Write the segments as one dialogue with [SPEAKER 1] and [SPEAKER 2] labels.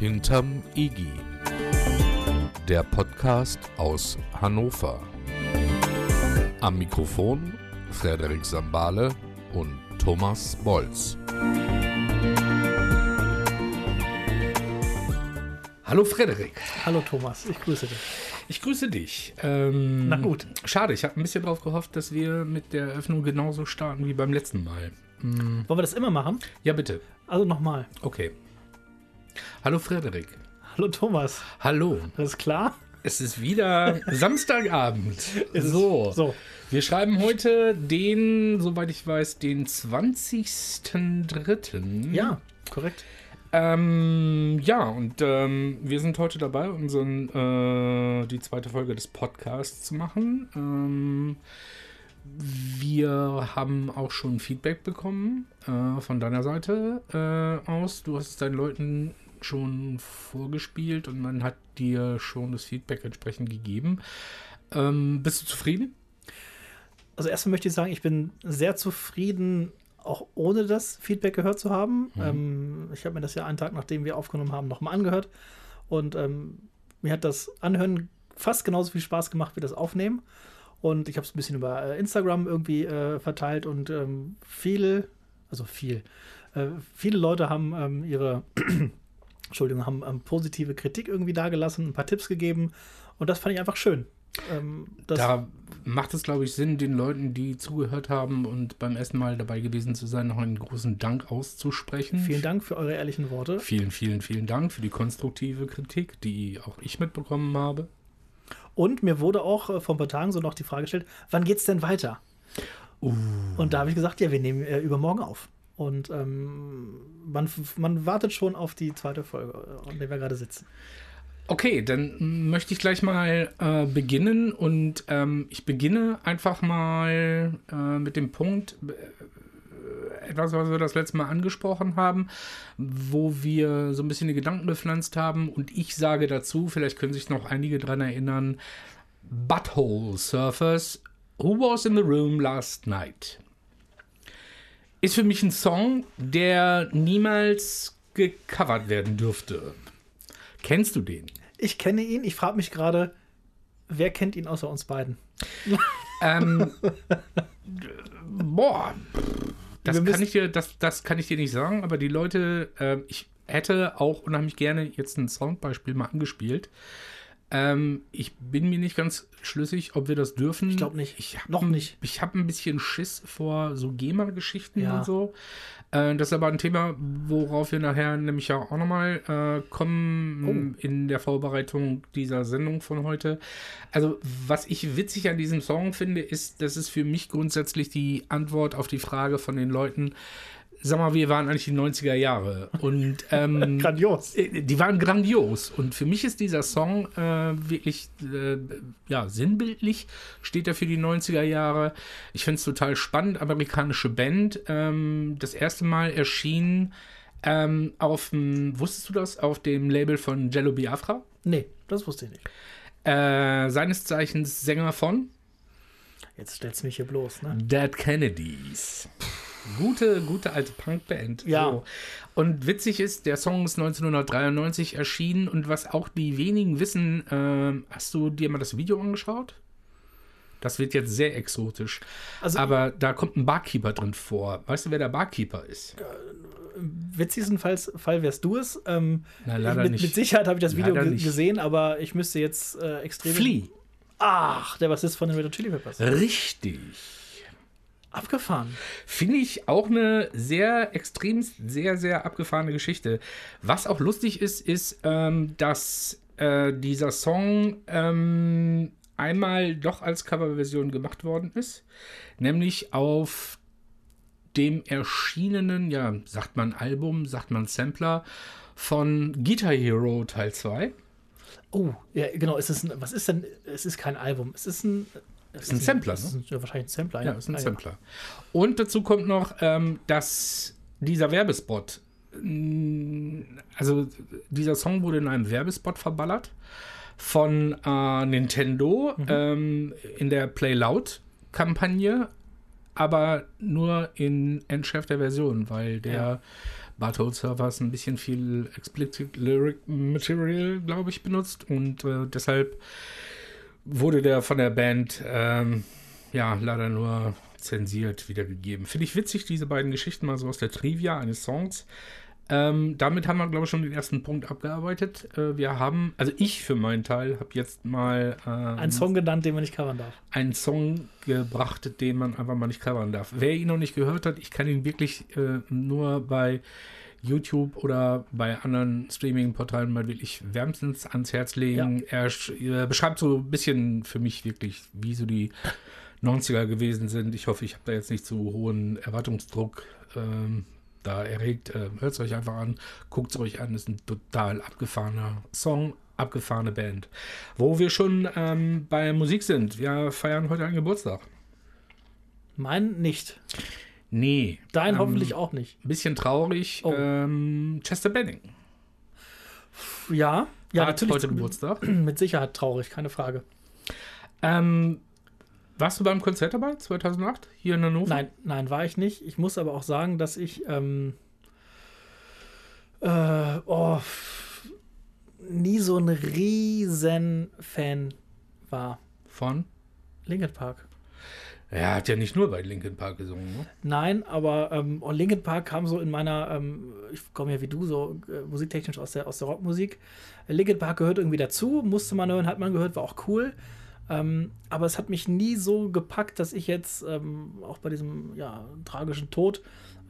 [SPEAKER 1] Unterm Igi. Der Podcast aus Hannover. Am Mikrofon Frederik Sambale und Thomas Bolz. Hallo Frederik.
[SPEAKER 2] Hallo Thomas, ich grüße dich.
[SPEAKER 1] Ich grüße dich. Ähm,
[SPEAKER 2] Na gut.
[SPEAKER 1] Schade, ich habe ein bisschen darauf gehofft, dass wir mit der Eröffnung genauso starten wie beim letzten Mal.
[SPEAKER 2] Wollen wir das immer machen?
[SPEAKER 1] Ja, bitte.
[SPEAKER 2] Also nochmal.
[SPEAKER 1] Okay. Hallo Frederik.
[SPEAKER 2] Hallo Thomas,
[SPEAKER 1] Hallo.
[SPEAKER 2] alles klar?
[SPEAKER 1] Es ist wieder Samstagabend.
[SPEAKER 2] ist
[SPEAKER 1] so.
[SPEAKER 2] so.
[SPEAKER 1] Wir schreiben heute den, soweit ich weiß, den 20.03.
[SPEAKER 2] Ja, korrekt.
[SPEAKER 1] Ähm, ja, und ähm, wir sind heute dabei, unseren, äh, die zweite Folge des Podcasts zu machen. Ähm, wir haben auch schon Feedback bekommen äh, von deiner Seite äh, aus. Du hast es deinen Leuten schon vorgespielt und man hat dir schon das Feedback entsprechend gegeben. Ähm, bist du zufrieden?
[SPEAKER 2] Also erstmal möchte ich sagen, ich bin sehr zufrieden, auch ohne das Feedback gehört zu haben. Ähm, ich habe mir das ja einen Tag, nachdem wir aufgenommen haben, nochmal angehört. Und ähm, mir hat das Anhören fast genauso viel Spaß gemacht wie das Aufnehmen. Und ich habe es ein bisschen über äh, Instagram irgendwie äh, verteilt und ähm, viel, also viel, äh, viele Leute haben ähm, ihre Entschuldigung, haben ähm, positive Kritik irgendwie dagelassen, ein paar Tipps gegeben. Und das fand ich einfach schön. Ähm, das,
[SPEAKER 1] da macht es, glaube ich, Sinn, den Leuten, die zugehört haben und beim ersten Mal dabei gewesen zu sein, noch einen großen Dank auszusprechen.
[SPEAKER 2] vielen Dank für eure ehrlichen Worte.
[SPEAKER 1] Vielen, vielen, vielen Dank für die konstruktive Kritik, die auch ich mitbekommen habe.
[SPEAKER 2] Und mir wurde auch äh, vor ein paar Tagen so noch die Frage gestellt, wann geht's denn weiter?
[SPEAKER 1] Uh.
[SPEAKER 2] Und da habe ich gesagt, ja, wir nehmen äh, übermorgen auf. Und ähm, man, f- man wartet schon auf die zweite Folge, äh, an der wir gerade sitzen.
[SPEAKER 1] Okay, dann möchte ich gleich mal äh, beginnen und ähm, ich beginne einfach mal äh, mit dem Punkt, äh, etwas, was wir das letzte Mal angesprochen haben, wo wir so ein bisschen die Gedanken gepflanzt haben und ich sage dazu, vielleicht können sich noch einige dran erinnern, Butthole Surfers, Who Was in the Room Last Night? Ist für mich ein Song, der niemals gecovert werden dürfte. Kennst du den?
[SPEAKER 2] Ich kenne ihn, ich frage mich gerade, wer kennt ihn außer uns beiden?
[SPEAKER 1] Ähm, boah, das
[SPEAKER 2] Wir
[SPEAKER 1] kann,
[SPEAKER 2] müssen-
[SPEAKER 1] ich dir, das, das kann ich dir nicht sagen, aber die Leute, ähm, ich hätte auch unheimlich gerne jetzt ein Soundbeispiel mal angespielt. Ähm, ich bin mir nicht ganz schlüssig, ob wir das dürfen. Ich
[SPEAKER 2] glaub nicht.
[SPEAKER 1] Ich hab
[SPEAKER 2] Noch
[SPEAKER 1] ein-
[SPEAKER 2] nicht.
[SPEAKER 1] Ich habe ein bisschen Schiss vor so GEMA-Geschichten
[SPEAKER 2] Ja.
[SPEAKER 1] und so. Äh, das ist aber ein Thema, worauf wir nachher nämlich ja auch nochmal äh, kommen in der Vorbereitung dieser Sendung von heute. Also, was ich witzig an diesem Song finde, ist, dass es für mich grundsätzlich die Antwort auf die Frage von den Leuten, sag mal, wir waren eigentlich die 90er Jahre. Und ähm,
[SPEAKER 2] Grandios.
[SPEAKER 1] äh, die waren grandios. Und für mich ist dieser Song äh, wirklich äh, ja, sinnbildlich, steht er für die 90er Jahre. Ich finde es total spannend. Amerikanische Band, ähm, das erste Mal erschien ähm, auf dem, wusstest du das, auf dem Label von Jello Biafra?
[SPEAKER 2] Nee, das wusste ich nicht.
[SPEAKER 1] Äh, seines Zeichens Sänger von
[SPEAKER 2] Jetzt stellst du mich hier bloß, ne?
[SPEAKER 1] Dead Kennedys. Gute, gute alte Punkband.
[SPEAKER 2] Ja.
[SPEAKER 1] Und witzig ist, der Song ist 1993 erschienen und was auch die wenigen wissen, ähm, hast du dir mal das Video angeschaut? Das wird jetzt sehr exotisch.
[SPEAKER 2] Also
[SPEAKER 1] Aber da kommt ein Barkeeper drin vor. Weißt du, wer der Barkeeper ist?
[SPEAKER 2] witzigsten Falls, Fall wärst du es. Ähm,
[SPEAKER 1] Na, leider
[SPEAKER 2] mit,
[SPEAKER 1] nicht.
[SPEAKER 2] mit Sicherheit habe ich das Video
[SPEAKER 1] Leider
[SPEAKER 2] ge
[SPEAKER 1] nicht.
[SPEAKER 2] gesehen, aber ich müsste jetzt äh, extrem.
[SPEAKER 1] Flea.
[SPEAKER 2] Ach, der Bassist von den Red Hot Chili Peppers.
[SPEAKER 1] Äh. Richtig.
[SPEAKER 2] Abgefahren.
[SPEAKER 1] Finde ich auch eine sehr extremst, sehr, sehr abgefahrene Geschichte. Was auch lustig ist, ist, ähm, dass äh, dieser Song ähm, einmal doch als Coverversion gemacht worden ist. Nämlich auf dem erschienenen, ja, sagt man Album, sagt man Sampler von Guitar Hero Teil 2.
[SPEAKER 2] Oh, ja, genau. Es ist ein, was ist denn? Es ist kein Album. Es ist ein. Es
[SPEAKER 1] ein Sampler, ne?
[SPEAKER 2] Es ist ein, ja, wahrscheinlich ein Sampler.
[SPEAKER 1] Ja, ist ein
[SPEAKER 2] Ah,
[SPEAKER 1] Sampler. Und dazu kommt noch, ähm, dass dieser Werbespot, mh, also dieser Song wurde in einem Werbespot verballert von äh, Nintendo ähm, in der Play Loud Kampagne, aber nur in entschärfter Version, weil der Barthold-Servers ein bisschen viel explicit lyric material, glaube ich, benutzt und äh, deshalb wurde der von der Band ähm, ja leider nur zensiert wiedergegeben. Finde ich witzig, diese beiden Geschichten mal so aus der Trivia eines Songs. Ähm, damit haben wir, glaube ich, schon den ersten Punkt abgearbeitet. Äh, wir haben, also ich für meinen Teil, habe jetzt mal ähm,
[SPEAKER 2] Ein Song genannt, den man nicht covern darf.
[SPEAKER 1] einen Song gebracht, den man einfach mal nicht covern darf. Wer ihn noch nicht gehört hat, ich kann ihn wirklich äh, nur bei YouTube oder bei anderen Streaming-Portalen mal wirklich wärmstens ans Herz legen. Er, sch- er beschreibt so ein bisschen für mich wirklich, wie so die 90er gewesen sind. Ich hoffe, ich habe da jetzt nicht zu hohen Erwartungsdruck ähm, da erregt. Äh, Hört es euch einfach an, guckt es euch an. Ist ein total abgefahrener Song, abgefahrene Band. Wo wir schon ähm, bei Musik sind. Wir feiern heute einen Geburtstag.
[SPEAKER 2] Mein nicht.
[SPEAKER 1] Nee.
[SPEAKER 2] Dein
[SPEAKER 1] ähm,
[SPEAKER 2] hoffentlich auch nicht.
[SPEAKER 1] Ein bisschen traurig.
[SPEAKER 2] Oh.
[SPEAKER 1] Ähm, Chester Benning
[SPEAKER 2] Ja, ja,
[SPEAKER 1] hat
[SPEAKER 2] natürlich.
[SPEAKER 1] heute Geburtstag.
[SPEAKER 2] Mit Sicherheit traurig, keine Frage.
[SPEAKER 1] Ähm, warst du beim Konzert dabei, 2008, hier in Hannover?
[SPEAKER 2] Nein, nein, war ich nicht. Ich muss aber auch sagen, dass ich ähm, äh, oh, f- nie so ein riesen Fan war.
[SPEAKER 1] Von?
[SPEAKER 2] Linkin Park.
[SPEAKER 1] Er hat ja nicht nur bei Linkin Park gesungen. Ne?
[SPEAKER 2] Nein, aber ähm, oh, Linkin Park kam so in meiner, ähm, ich komme ja wie du so äh, musiktechnisch aus der, aus der Rockmusik. Linkin Park gehört irgendwie dazu, musste man hören, hat man gehört, war auch cool. Ähm, aber es hat mich nie so gepackt, dass ich jetzt ähm, auch bei diesem ja, tragischen Tod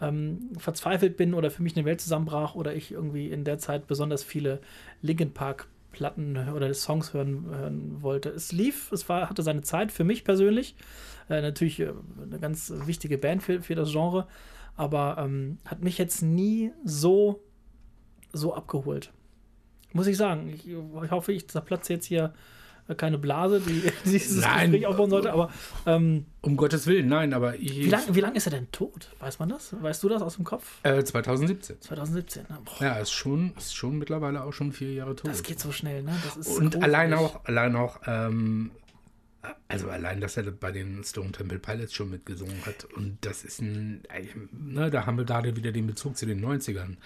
[SPEAKER 2] ähm, verzweifelt bin oder für mich eine Welt zusammenbrach oder ich irgendwie in der Zeit besonders viele Linkin Park Platten oder Songs hören, hören wollte. Es lief, es war, hatte seine Zeit für mich persönlich. Äh, natürlich äh, eine ganz wichtige Band für, für das Genre, aber ähm, hat mich jetzt nie so, so abgeholt. Muss ich sagen. Ich, ich hoffe, ich zerplatze jetzt hier äh, keine Blase, die dieses
[SPEAKER 1] Nein.
[SPEAKER 2] Gespräch aufbauen sollte, aber ähm,
[SPEAKER 1] Um Gottes Willen, nein, aber ich.
[SPEAKER 2] wie lange wie lang ist er denn tot? Weiß man das? Weißt du das aus dem Kopf?
[SPEAKER 1] Äh, 2017.
[SPEAKER 2] 2017. ne? Boah,
[SPEAKER 1] Ja, ist schon, ist schon mittlerweile auch schon vier Jahre tot.
[SPEAKER 2] das geht so schnell, ne? Das ist
[SPEAKER 1] Und
[SPEAKER 2] gruselig.
[SPEAKER 1] allein auch, allein auch, ähm, also allein, dass er bei den Stone Temple Pilots schon mitgesungen hat. Und das ist ein, äh, ne, da haben wir gerade wieder den Bezug zu den 90ern.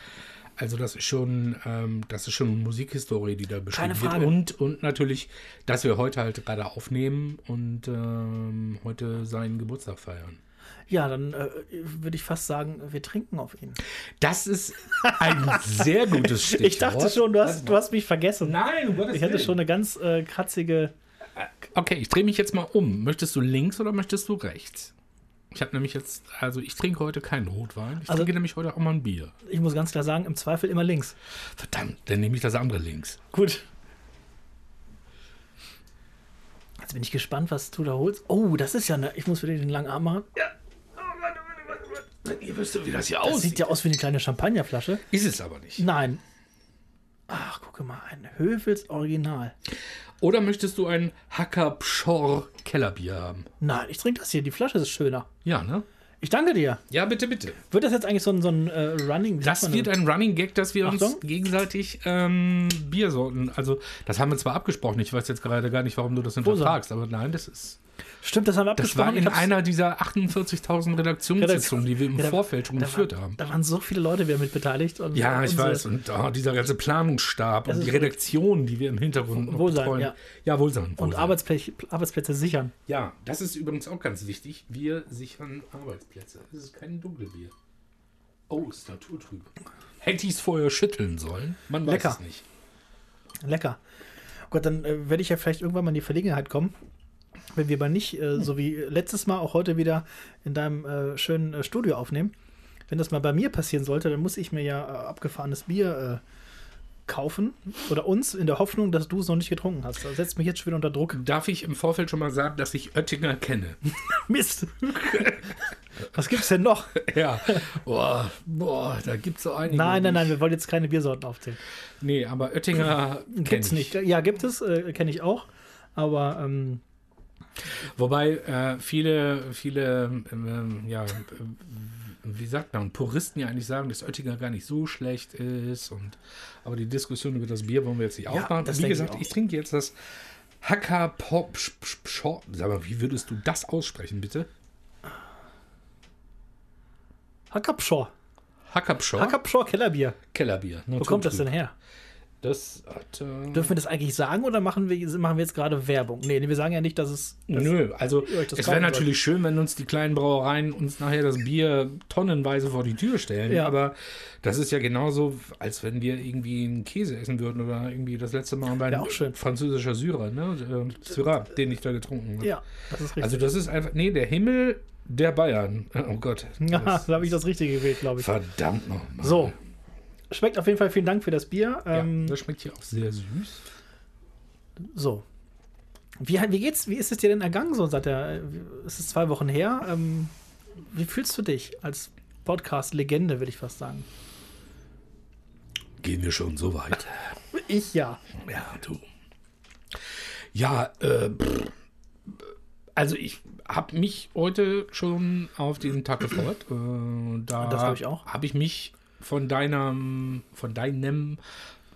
[SPEAKER 1] Also das ist schon, ähm, das ist schon Musikhistorie, die da beschrieben
[SPEAKER 2] Frage.
[SPEAKER 1] wird. Und, und natürlich, dass wir heute halt gerade aufnehmen und ähm, heute seinen Geburtstag feiern.
[SPEAKER 2] Ja, dann äh, würde ich fast sagen, wir trinken auf ihn.
[SPEAKER 1] Das ist ein sehr gutes Stichwort.
[SPEAKER 2] Ich dachte schon, du hast, du hast mich vergessen.
[SPEAKER 1] Nein, um Gottes
[SPEAKER 2] Ich hatte
[SPEAKER 1] Willen.
[SPEAKER 2] schon eine ganz äh, kratzige.
[SPEAKER 1] Okay, ich drehe mich jetzt mal um. Möchtest du links oder möchtest du rechts? Ich habe nämlich jetzt, also ich trinke heute keinen Rotwein. Ich
[SPEAKER 2] Also-
[SPEAKER 1] trinke nämlich heute auch mal ein Bier.
[SPEAKER 2] Ich muss ganz klar sagen, im Zweifel immer links.
[SPEAKER 1] Verdammt, dann nehme ich das andere links.
[SPEAKER 2] Gut. Jetzt bin ich gespannt, was du da holst. Oh, das ist ja eine. Ich muss wieder den langen Arm machen.
[SPEAKER 1] Ja. Oh, warte, warte, warte, warte. Ihr wisst doch, wie das hier
[SPEAKER 2] Das
[SPEAKER 1] aussieht.
[SPEAKER 2] Oh, sieht ja aus wie eine kleine Champagnerflasche.
[SPEAKER 1] Ist es aber nicht.
[SPEAKER 2] Nein. Ach, gucke mal, ein Höfels Original.
[SPEAKER 1] Oder möchtest du ein Hacker Pschorr Kellerbier haben?
[SPEAKER 2] Nein, ich trinke das hier. Die Flasche ist schöner.
[SPEAKER 1] Ja, ne?
[SPEAKER 2] Ich danke dir.
[SPEAKER 1] Ja, bitte, bitte.
[SPEAKER 2] Wird das jetzt eigentlich so ein, so ein äh, Running? wie sagt
[SPEAKER 1] Das
[SPEAKER 2] man
[SPEAKER 1] wird ein Running Gag, dass wir uns
[SPEAKER 2] Achtung.
[SPEAKER 1] gegenseitig ähm, Biersorten, also das haben wir zwar abgesprochen, ich weiß jetzt gerade gar nicht, warum du das hinterfragst, aber nein, das ist
[SPEAKER 2] Stimmt, das haben wir
[SPEAKER 1] Das
[SPEAKER 2] abgesprochen.
[SPEAKER 1] war in
[SPEAKER 2] Ich hab's-
[SPEAKER 1] einer dieser 48.000 Redaktionssitzungen, die wir im
[SPEAKER 2] Ja, da-
[SPEAKER 1] Vorfeld schon
[SPEAKER 2] da
[SPEAKER 1] geführt
[SPEAKER 2] waren,
[SPEAKER 1] haben.
[SPEAKER 2] Da waren so viele Leute wieder mit beteiligt. Und äh,
[SPEAKER 1] Ja,
[SPEAKER 2] und
[SPEAKER 1] ich
[SPEAKER 2] so-
[SPEAKER 1] weiß. Und oh, dieser ganze Planungsstab
[SPEAKER 2] Das
[SPEAKER 1] und
[SPEAKER 2] ist
[SPEAKER 1] die
[SPEAKER 2] gut.
[SPEAKER 1] Redaktion, die wir im Hintergrund noch
[SPEAKER 2] Wohlsein,
[SPEAKER 1] betreuen.
[SPEAKER 2] ja.
[SPEAKER 1] ja, Wohlsein.
[SPEAKER 2] Und
[SPEAKER 1] Wohlsein.
[SPEAKER 2] Arbeitsplätze, Arbeitsplätze sichern.
[SPEAKER 1] ja, das ist übrigens auch ganz wichtig. Wir sichern Arbeitsplätze. Es ist kein Dunkelbier. Oh, ist naturtrüb. Hätte ich es vorher schütteln sollen? Man weiß
[SPEAKER 2] Lecker.
[SPEAKER 1] es nicht.
[SPEAKER 2] Lecker. Gott, dann äh, werde ich ja vielleicht irgendwann mal in die Verlegenheit kommen, wenn wir aber nicht, äh, so wie letztes Mal, auch heute wieder in deinem äh, schönen äh, Studio aufnehmen. Wenn das mal bei mir passieren sollte, dann muss ich mir ja äh, abgefahrenes Bier äh, kaufen oder uns in der Hoffnung, dass du es noch nicht getrunken hast. Das setzt mich jetzt schon wieder unter Druck.
[SPEAKER 1] Darf ich im Vorfeld schon mal sagen, dass ich Oettinger kenne?
[SPEAKER 2] Mist! Was gibt's denn noch?
[SPEAKER 1] ja. Boah, boah, da gibt es so einige.
[SPEAKER 2] Nein, nein,
[SPEAKER 1] die
[SPEAKER 2] nein,
[SPEAKER 1] ich-
[SPEAKER 2] wir wollen jetzt keine Biersorten aufzählen.
[SPEAKER 1] Nee, aber Oettinger kenne
[SPEAKER 2] Gibt's
[SPEAKER 1] ich.
[SPEAKER 2] nicht. Ja, gibt es, äh, kenne ich auch. Aber ähm,
[SPEAKER 1] Wobei äh, viele, viele, ähm, ja, äh, wie sagt man, Puristen ja eigentlich sagen, dass Oettinger gar nicht so schlecht ist. Und, aber die Diskussion über das Bier wollen wir jetzt nicht aufmachen.
[SPEAKER 2] das
[SPEAKER 1] Wie
[SPEAKER 2] denke ich
[SPEAKER 1] gesagt,
[SPEAKER 2] auch.
[SPEAKER 1] ich, trinke jetzt das Hacker Pop Short. Sag mal, wie würdest du das aussprechen, bitte?
[SPEAKER 2] Hackabschor.
[SPEAKER 1] Hackabschau.
[SPEAKER 2] Hackabschau Kellerbier.
[SPEAKER 1] Kellerbier.
[SPEAKER 2] Wo kommt das denn her?
[SPEAKER 1] Das hat. Äh,
[SPEAKER 2] Dürfen wir das eigentlich sagen oder machen wir, machen wir jetzt gerade Werbung? Nee, nee, wir sagen ja nicht, dass es. Dass
[SPEAKER 1] Nö, also
[SPEAKER 2] ihr euch das
[SPEAKER 1] es wäre
[SPEAKER 2] kaufen sollt.
[SPEAKER 1] natürlich schön, wenn uns die kleinen Brauereien uns nachher das Bier tonnenweise vor die Tür stellen.
[SPEAKER 2] Ja.
[SPEAKER 1] Aber das ist ja genauso, als wenn wir irgendwie einen Käse essen würden oder irgendwie das letzte Mal bei
[SPEAKER 2] auch schön.
[SPEAKER 1] französischer Syrer, ne? Äh, Syrah, den ich da getrunken habe.
[SPEAKER 2] Ja, das ist richtig.
[SPEAKER 1] Also das ist einfach. Nee, der Himmel der Bayern. Oh Gott.
[SPEAKER 2] ja,
[SPEAKER 1] Das-
[SPEAKER 2] da habe ich das Richtige gewählt, glaube ich.
[SPEAKER 1] Verdammt nochmal.
[SPEAKER 2] So. Schmeckt auf jeden Fall vielen Dank für das Bier.
[SPEAKER 1] Ja,
[SPEAKER 2] Ähm,
[SPEAKER 1] das schmeckt hier auch sehr süß.
[SPEAKER 2] So. Wie, wie geht's, wie ist es dir denn ergangen so seit der, es ist zwei Wochen her, ähm, wie fühlst du dich als Podcast-Legende, würde ich fast sagen?
[SPEAKER 1] Gehen wir schon so weit.
[SPEAKER 2] Ich ja.
[SPEAKER 1] Ja, du. Ja, äh, pff, also ich habe mich heute schon auf den Tag gefreut. Äh, da
[SPEAKER 2] Das hab ich auch.
[SPEAKER 1] Habe ich mich von deinem, von deinem,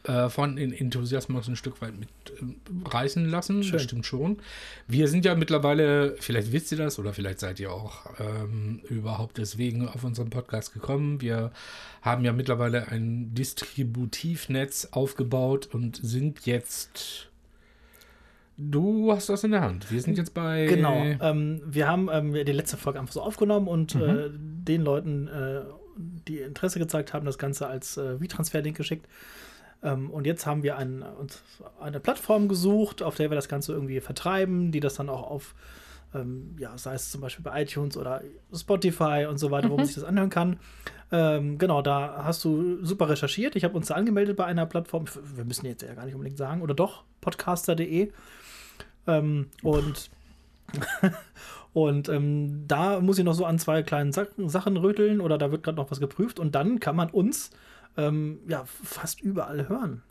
[SPEAKER 1] äh, von den Enthusiasmus ein Stück weit mit ähm, reißen lassen.
[SPEAKER 2] Schön.
[SPEAKER 1] Das stimmt schon. Wir sind ja mittlerweile, vielleicht wisst ihr das oder vielleicht seid ihr auch ähm, überhaupt deswegen auf unseren Podcast gekommen. Wir haben ja mittlerweile ein Distributivnetz aufgebaut und sind jetzt. Du hast das in der Hand. Wir sind jetzt bei.
[SPEAKER 2] Genau. Ähm, wir haben ähm, die letzte Folge einfach so aufgenommen und äh, den Leuten, äh, die Interesse gezeigt haben, das Ganze als äh, V-Transfer-Link geschickt. Ähm, und jetzt haben wir ein, uns eine Plattform gesucht, auf der wir das Ganze irgendwie vertreiben, die das dann auch auf, ähm, ja, sei es zum Beispiel bei iTunes oder Spotify und so weiter, wo man sich das anhören kann. Ähm, genau, da hast du super recherchiert. Ich habe uns da angemeldet bei einer Plattform. Wir müssen jetzt ja gar nicht unbedingt sagen, oder doch, podcaster.de. Ähm, und und ähm, da muss ich noch so an zwei kleinen Sachen, Sachen rütteln oder da wird gerade noch was geprüft und dann kann man uns ähm, ja fast überall hören.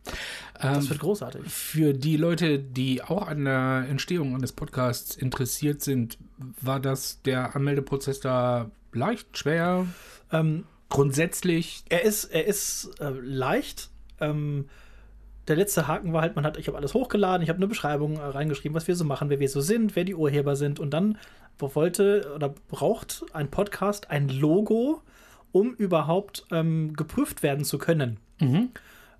[SPEAKER 2] Das
[SPEAKER 1] Ähm,
[SPEAKER 2] wird großartig.
[SPEAKER 1] für die Leute, die auch an der Entstehung eines Podcasts interessiert sind, war das der Anmeldeprozess da leicht, schwer?
[SPEAKER 2] Ähm,
[SPEAKER 1] Grundsätzlich
[SPEAKER 2] er ist, er ist äh, leicht. Ähm, der letzte Haken war halt, man hat, ich habe alles hochgeladen, ich habe eine Beschreibung äh, reingeschrieben, was wir so machen, wer wir so sind, wer die Urheber sind und dann wollte oder braucht ein Podcast ein Logo, um überhaupt ähm, geprüft werden zu können.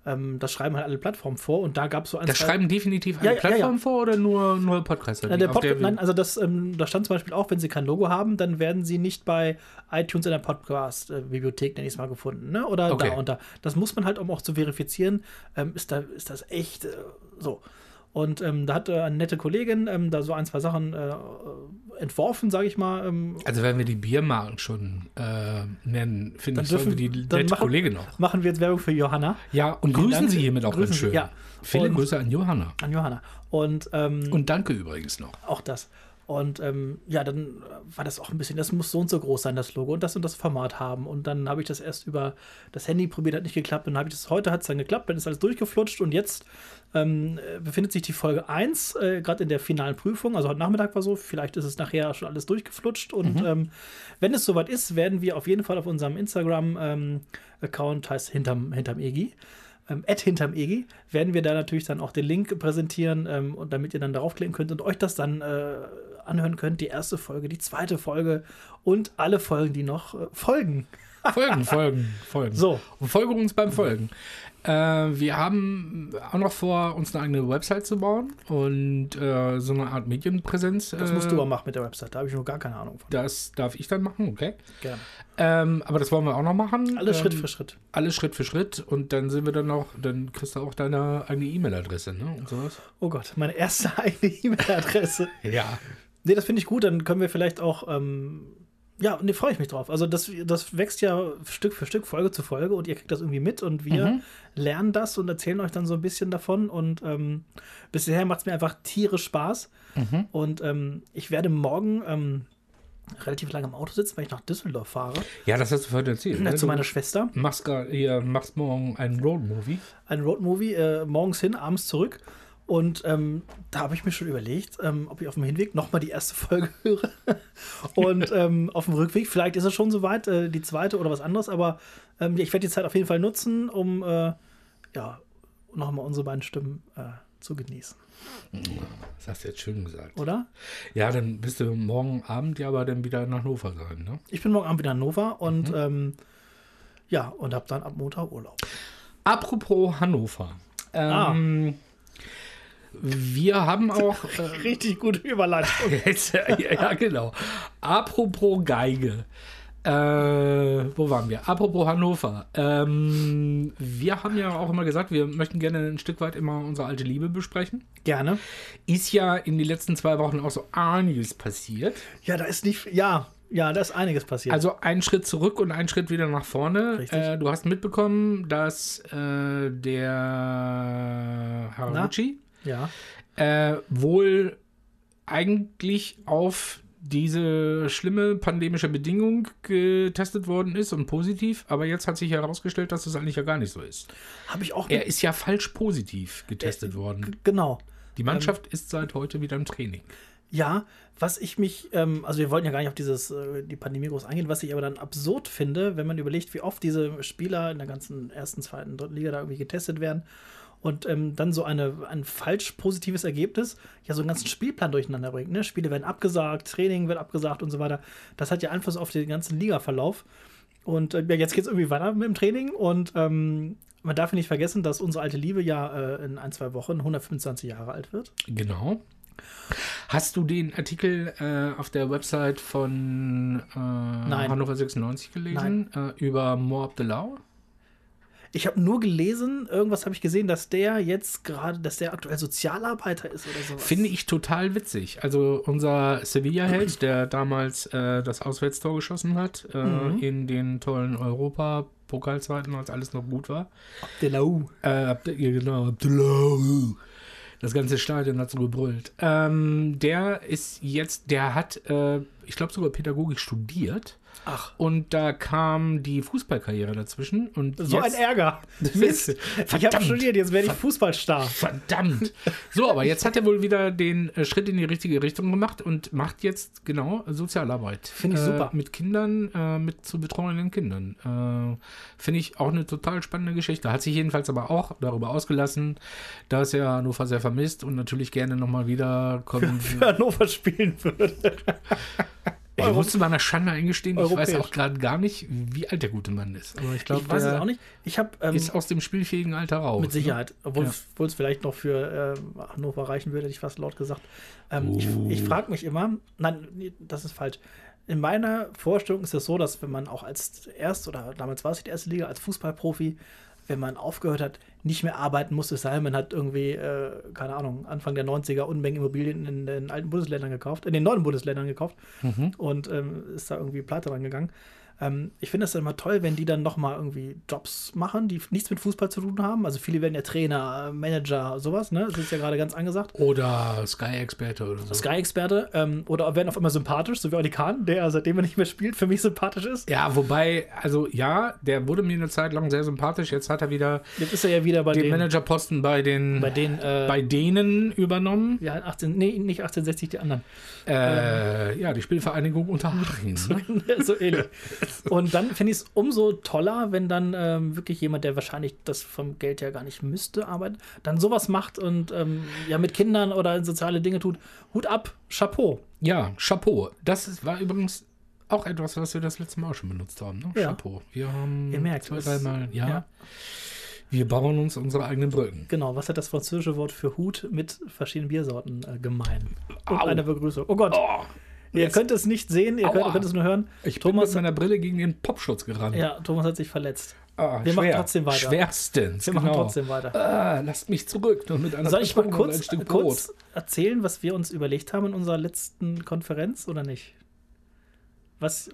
[SPEAKER 2] Ähm, das schreiben halt alle Plattformen vor und da gab es so ein,
[SPEAKER 1] Das
[SPEAKER 2] zwei-
[SPEAKER 1] Mhm. schreiben definitiv alle
[SPEAKER 2] Ja, ja, ja, ja.
[SPEAKER 1] Plattformen vor oder nur, nur Podcaster?
[SPEAKER 2] Ja,
[SPEAKER 1] die
[SPEAKER 2] der
[SPEAKER 1] auf
[SPEAKER 2] Pod
[SPEAKER 1] der-
[SPEAKER 2] Nein, also das, ähm, da stand zum Beispiel auch, wenn sie kein Logo haben, dann werden sie nicht bei iTunes in der Podcast-Bibliothek, nenne ich es mal, gefunden. Ne? Oder
[SPEAKER 1] Okay.
[SPEAKER 2] da und da. Das muss man halt, um auch zu verifizieren, ähm, ist, da, ist das echt äh, so. Und ähm, da hat äh, eine nette Kollegin ähm, da so ein, zwei Sachen äh, entworfen, sage ich mal. Ähm,
[SPEAKER 1] also wenn wir die Biermarken schon äh, nennen, finde
[SPEAKER 2] Dann
[SPEAKER 1] ich, sollten wir
[SPEAKER 2] dürfen-
[SPEAKER 1] die
[SPEAKER 2] dann
[SPEAKER 1] nette
[SPEAKER 2] machen-
[SPEAKER 1] Kollegin noch.
[SPEAKER 2] machen wir jetzt Werbung für Johanna.
[SPEAKER 1] Ja, und
[SPEAKER 2] Vielen
[SPEAKER 1] grüßen
[SPEAKER 2] Dank.
[SPEAKER 1] Sie hiermit auch
[SPEAKER 2] Grüßen
[SPEAKER 1] ganz
[SPEAKER 2] Sie,
[SPEAKER 1] schön.
[SPEAKER 2] ja.
[SPEAKER 1] Viele
[SPEAKER 2] Und-
[SPEAKER 1] Grüße an Johanna.
[SPEAKER 2] An Johanna. Und, ähm,
[SPEAKER 1] Und danke übrigens noch.
[SPEAKER 2] Auch das. Und ähm, ja, dann äh, war das auch ein bisschen, das muss so und so groß sein, das Logo und das und das Format haben. Und dann habe ich das erst über das Handy probiert, hat nicht geklappt. Dann habe ich das, heute hat es dann geklappt, dann ist alles durchgeflutscht und jetzt ähm, äh, befindet sich die Folge 1 äh, gerade in der finalen Prüfung. Also heute Nachmittag war so, vielleicht ist es nachher schon alles durchgeflutscht. Und ähm, wenn es soweit ist, werden wir auf jeden Fall auf unserem Instagram-Account, heißt hinterm, hinterm EGI, ähm, at hinterm EGI, werden wir da natürlich dann auch den Link präsentieren ähm, und damit ihr dann draufklicken könnt und euch das dann äh, anhören könnt, die erste Folge, die zweite Folge und alle Folgen, die noch äh, folgen.
[SPEAKER 1] Folgen, folgen, folgen.
[SPEAKER 2] So.
[SPEAKER 1] Und folge uns beim Folgen. Äh, wir haben auch noch vor, uns eine eigene Website zu bauen und äh, so eine Art Medienpräsenz.
[SPEAKER 2] Das
[SPEAKER 1] äh,
[SPEAKER 2] musst du aber machen mit der Website, da habe ich noch gar keine Ahnung von.
[SPEAKER 1] Das darf ich dann machen, okay.
[SPEAKER 2] Gerne.
[SPEAKER 1] Ähm, aber das wollen wir auch noch machen.
[SPEAKER 2] Alles
[SPEAKER 1] ähm,
[SPEAKER 2] Schritt für Schritt.
[SPEAKER 1] Alles Schritt für Schritt und dann sind wir dann auch, dann kriegst du auch deine eigene E-Mail-Adresse, ne? Und sowas.
[SPEAKER 2] Oh Gott, meine erste eigene E-Mail-Adresse.
[SPEAKER 1] Ja.
[SPEAKER 2] Nee, das finde ich gut. Dann können wir vielleicht auch. Ähm, ja, nee, freue ich mich drauf. Also, das, das wächst ja Stück für Stück, Folge zu Folge und ihr kriegt das irgendwie mit und wir lernen das und erzählen euch dann so ein bisschen davon. Und ähm, bisher macht es mir einfach tierisch Spaß. Und ähm, ich werde morgen ähm, relativ lange im Auto sitzen, weil ich nach Düsseldorf fahre. äh,
[SPEAKER 1] Ja, das hast du vorhin erzählt. ne?
[SPEAKER 2] Zu
[SPEAKER 1] Du
[SPEAKER 2] meiner Schwester.
[SPEAKER 1] machst, grad- hier, machst morgen einen Road-Movie.
[SPEAKER 2] ein Roadmovie, äh, morgens hin, abends zurück. Und ähm, da habe ich mir schon überlegt, ähm, ob ich auf dem Hinweg nochmal die erste Folge höre. Und ähm, auf dem Rückweg, vielleicht ist es schon soweit, äh, die zweite oder was anderes, aber ähm, ja, ich werde die Zeit auf jeden Fall nutzen, um äh, ja, nochmal unsere beiden Stimmen äh, zu genießen,
[SPEAKER 1] Das hast du jetzt schön gesagt.
[SPEAKER 2] oder?
[SPEAKER 1] Ja, dann bist du morgen Abend ja aber dann wieder nach Hannover sein, ne?
[SPEAKER 2] Mhm. Ich bin morgen Abend wieder in Hannover und ähm, Ja, und habe dann ab Montag Urlaub.
[SPEAKER 1] Apropos Hannover. Ähm, Wir haben auch.
[SPEAKER 2] Ähm,
[SPEAKER 1] Äh,
[SPEAKER 2] Richtig gute Überleitung.
[SPEAKER 1] Jetzt, ja, ja, genau. Apropos Geige. Äh, wo waren wir? Apropos Hannover. Ähm, wir haben ja auch immer gesagt, wir möchten gerne ein Stück weit immer unsere alte Liebe besprechen.
[SPEAKER 2] Gerne.
[SPEAKER 1] Ist ja in den letzten zwei Wochen auch so einiges passiert.
[SPEAKER 2] Ja, da ist nicht. Ja, ja, da ist einiges passiert.
[SPEAKER 1] Also ein Schritt zurück und ein Schritt wieder nach vorne.
[SPEAKER 2] Richtig.
[SPEAKER 1] Äh, du hast mitbekommen, dass äh, der Haraguchi
[SPEAKER 2] ja.
[SPEAKER 1] äh, wohl eigentlich auf diese schlimme pandemische Bedingung getestet worden ist und positiv, aber jetzt hat sich herausgestellt, dass das eigentlich ja gar nicht so ist.
[SPEAKER 2] Habe ich auch.
[SPEAKER 1] Er ist ja falsch positiv getestet worden.
[SPEAKER 2] genau.
[SPEAKER 1] Die Mannschaft ist seit heute wieder im Training.
[SPEAKER 2] Ja, was ich mich, ähm, also wir wollten ja gar nicht auf dieses, äh, die Pandemie groß eingehen, was ich aber dann absurd finde, wenn man überlegt, wie oft diese Spieler in der ganzen ersten, zweiten, dritten Liga da irgendwie getestet werden und ähm, dann so eine, ein falsch positives Ergebnis ja so einen ganzen Spielplan durcheinander bringt. Ne? Spiele werden abgesagt, Training wird abgesagt und so weiter. Das hat ja Einfluss auf den ganzen Ligaverlauf. Und äh, ja, jetzt geht es irgendwie weiter mit dem Training und ähm, man darf ja nicht vergessen, dass unsere alte Liebe ja äh, in ein, zwei Wochen 125 Jahre alt wird.
[SPEAKER 1] Genau. Hast du den Artikel äh, auf der Website von äh, Hannover 96 gelesen Äh, über Moab de Lau?
[SPEAKER 2] Ich habe nur gelesen, irgendwas habe ich gesehen, dass der jetzt gerade, dass der aktuell Sozialarbeiter ist oder sowas.
[SPEAKER 1] Finde ich total witzig. Also unser Sevilla-Held, der damals äh, das Auswärtstor geschossen hat äh, in den tollen Europapokalzeiten, als alles noch gut war.
[SPEAKER 2] Der Lau.
[SPEAKER 1] Äh, Abd- ja, genau, Abdullah. Das ganze Stadion hat so gebrüllt. Ähm, der ist jetzt, der hat, äh, ich glaube sogar Pädagogik studiert.
[SPEAKER 2] Ach.
[SPEAKER 1] Und da kam die Fußballkarriere dazwischen. Und
[SPEAKER 2] So
[SPEAKER 1] jetzt,
[SPEAKER 2] ein Ärger. Mist. Ich habe
[SPEAKER 1] Verdammt.
[SPEAKER 2] studiert, jetzt werde ich Fußballstar.
[SPEAKER 1] Verdammt. So, aber jetzt hat er wohl wieder den äh, Schritt in die richtige Richtung gemacht und macht jetzt genau Sozialarbeit.
[SPEAKER 2] Finde ich
[SPEAKER 1] äh,
[SPEAKER 2] super.
[SPEAKER 1] Mit Kindern, äh, mit zu betreuenden Kindern. Äh, Finde ich auch eine total spannende Geschichte. Hat sich jedenfalls aber auch darüber ausgelassen, dass er Hannover sehr vermisst und natürlich gerne nochmal wiederkommen
[SPEAKER 2] Für Hannover spielen würde.
[SPEAKER 1] Ich musste meiner Schande eingestehen, ich weiß
[SPEAKER 2] Europäisch.
[SPEAKER 1] auch gerade gar nicht, wie alt der gute Mann ist. Aber ich glaube,
[SPEAKER 2] ich weiß es
[SPEAKER 1] der
[SPEAKER 2] auch nicht. Ich habe ähm,
[SPEAKER 1] ist aus dem spielfähigen Alter raus.
[SPEAKER 2] mit Sicherheit, obwohl
[SPEAKER 1] Ja.
[SPEAKER 2] obwohl es vielleicht noch für ähm, Hannover reichen würde, hätte ich fast laut gesagt. Ähm, Ich,
[SPEAKER 1] Oh.
[SPEAKER 2] ich frage mich immer, nein, nee, das ist falsch. In meiner Vorstellung ist es so, dass wenn man auch als Erst- oder damals war es die erste Liga, als Fußballprofi, wenn man aufgehört hat, nicht mehr arbeiten musste, es sei denn, man hat irgendwie, äh, keine Ahnung, Anfang der 90er Unmengen Immobilien in den alten Bundesländern gekauft, in den neuen Bundesländern gekauft und ähm, ist da irgendwie Platte rangegangen. Ähm, ich finde das dann immer toll, wenn die dann nochmal irgendwie Jobs machen, die nichts mit Fußball zu tun haben. Also viele werden ja Trainer, äh, Manager, sowas, ne? Das ist ja gerade ganz angesagt.
[SPEAKER 1] Oder Sky-Experte oder so.
[SPEAKER 2] Sky-Experte ähm, oder werden auf einmal sympathisch, so wie Oli Kahn, der seitdem er nicht mehr spielt, für mich sympathisch ist.
[SPEAKER 1] Ja, wobei, also ja, der wurde mir eine Zeit lang sehr sympathisch. Jetzt hat er wieder
[SPEAKER 2] Jetzt ist er ja wieder bei
[SPEAKER 1] den
[SPEAKER 2] den,
[SPEAKER 1] Managerposten bei den
[SPEAKER 2] bei
[SPEAKER 1] bei,
[SPEAKER 2] den äh,
[SPEAKER 1] denen übernommen.
[SPEAKER 2] ja, 18, nee, nicht 1860, die anderen. Ähm.
[SPEAKER 1] Äh, ja, die Spielvereinigung Unterhaching. Ne?
[SPEAKER 2] so ähnlich. Und dann finde ich es umso toller, wenn dann ähm, wirklich jemand, der wahrscheinlich das vom Geld ja gar nicht müsste, arbeitet, dann sowas macht und ähm, ja mit Kindern oder soziale Dinge tut. Hut ab, Chapeau.
[SPEAKER 1] Ja, Chapeau. Das ist, war übrigens auch etwas, was wir das letzte Mal schon benutzt haben. Ne?
[SPEAKER 2] Ja.
[SPEAKER 1] Chapeau. Wir haben
[SPEAKER 2] Ihr merkt,
[SPEAKER 1] zwei,
[SPEAKER 2] es-
[SPEAKER 1] dreimal, ja,
[SPEAKER 2] ja.
[SPEAKER 1] Wir bauen uns unsere eigenen Brücken.
[SPEAKER 2] Genau, was hat das französische Wort für Hut mit verschiedenen Biersorten äh, gemein? Und
[SPEAKER 1] Au.
[SPEAKER 2] eine Begrüßung. Oh Gott.
[SPEAKER 1] Oh,
[SPEAKER 2] Ihr
[SPEAKER 1] jetzt-
[SPEAKER 2] könnt es nicht sehen, ihr könnt,
[SPEAKER 1] Aua.
[SPEAKER 2] ihr könnt es nur hören.
[SPEAKER 1] ich
[SPEAKER 2] Thomas,
[SPEAKER 1] bin mit meiner Brille gegen den Popschutz gerannt.
[SPEAKER 2] ja, Thomas hat sich verletzt.
[SPEAKER 1] Ah,
[SPEAKER 2] wir machen trotzdem weiter.
[SPEAKER 1] Schwerstens.
[SPEAKER 2] Wir machen
[SPEAKER 1] genau.
[SPEAKER 2] trotzdem weiter.
[SPEAKER 1] Ah, lasst mich zurück. Nur mit einer
[SPEAKER 2] Soll ich mal
[SPEAKER 1] Packung und ein
[SPEAKER 2] kurz, äh,
[SPEAKER 1] Stück Brot.
[SPEAKER 2] kurz erzählen, was wir uns überlegt haben in unserer letzten Konferenz oder nicht? Was?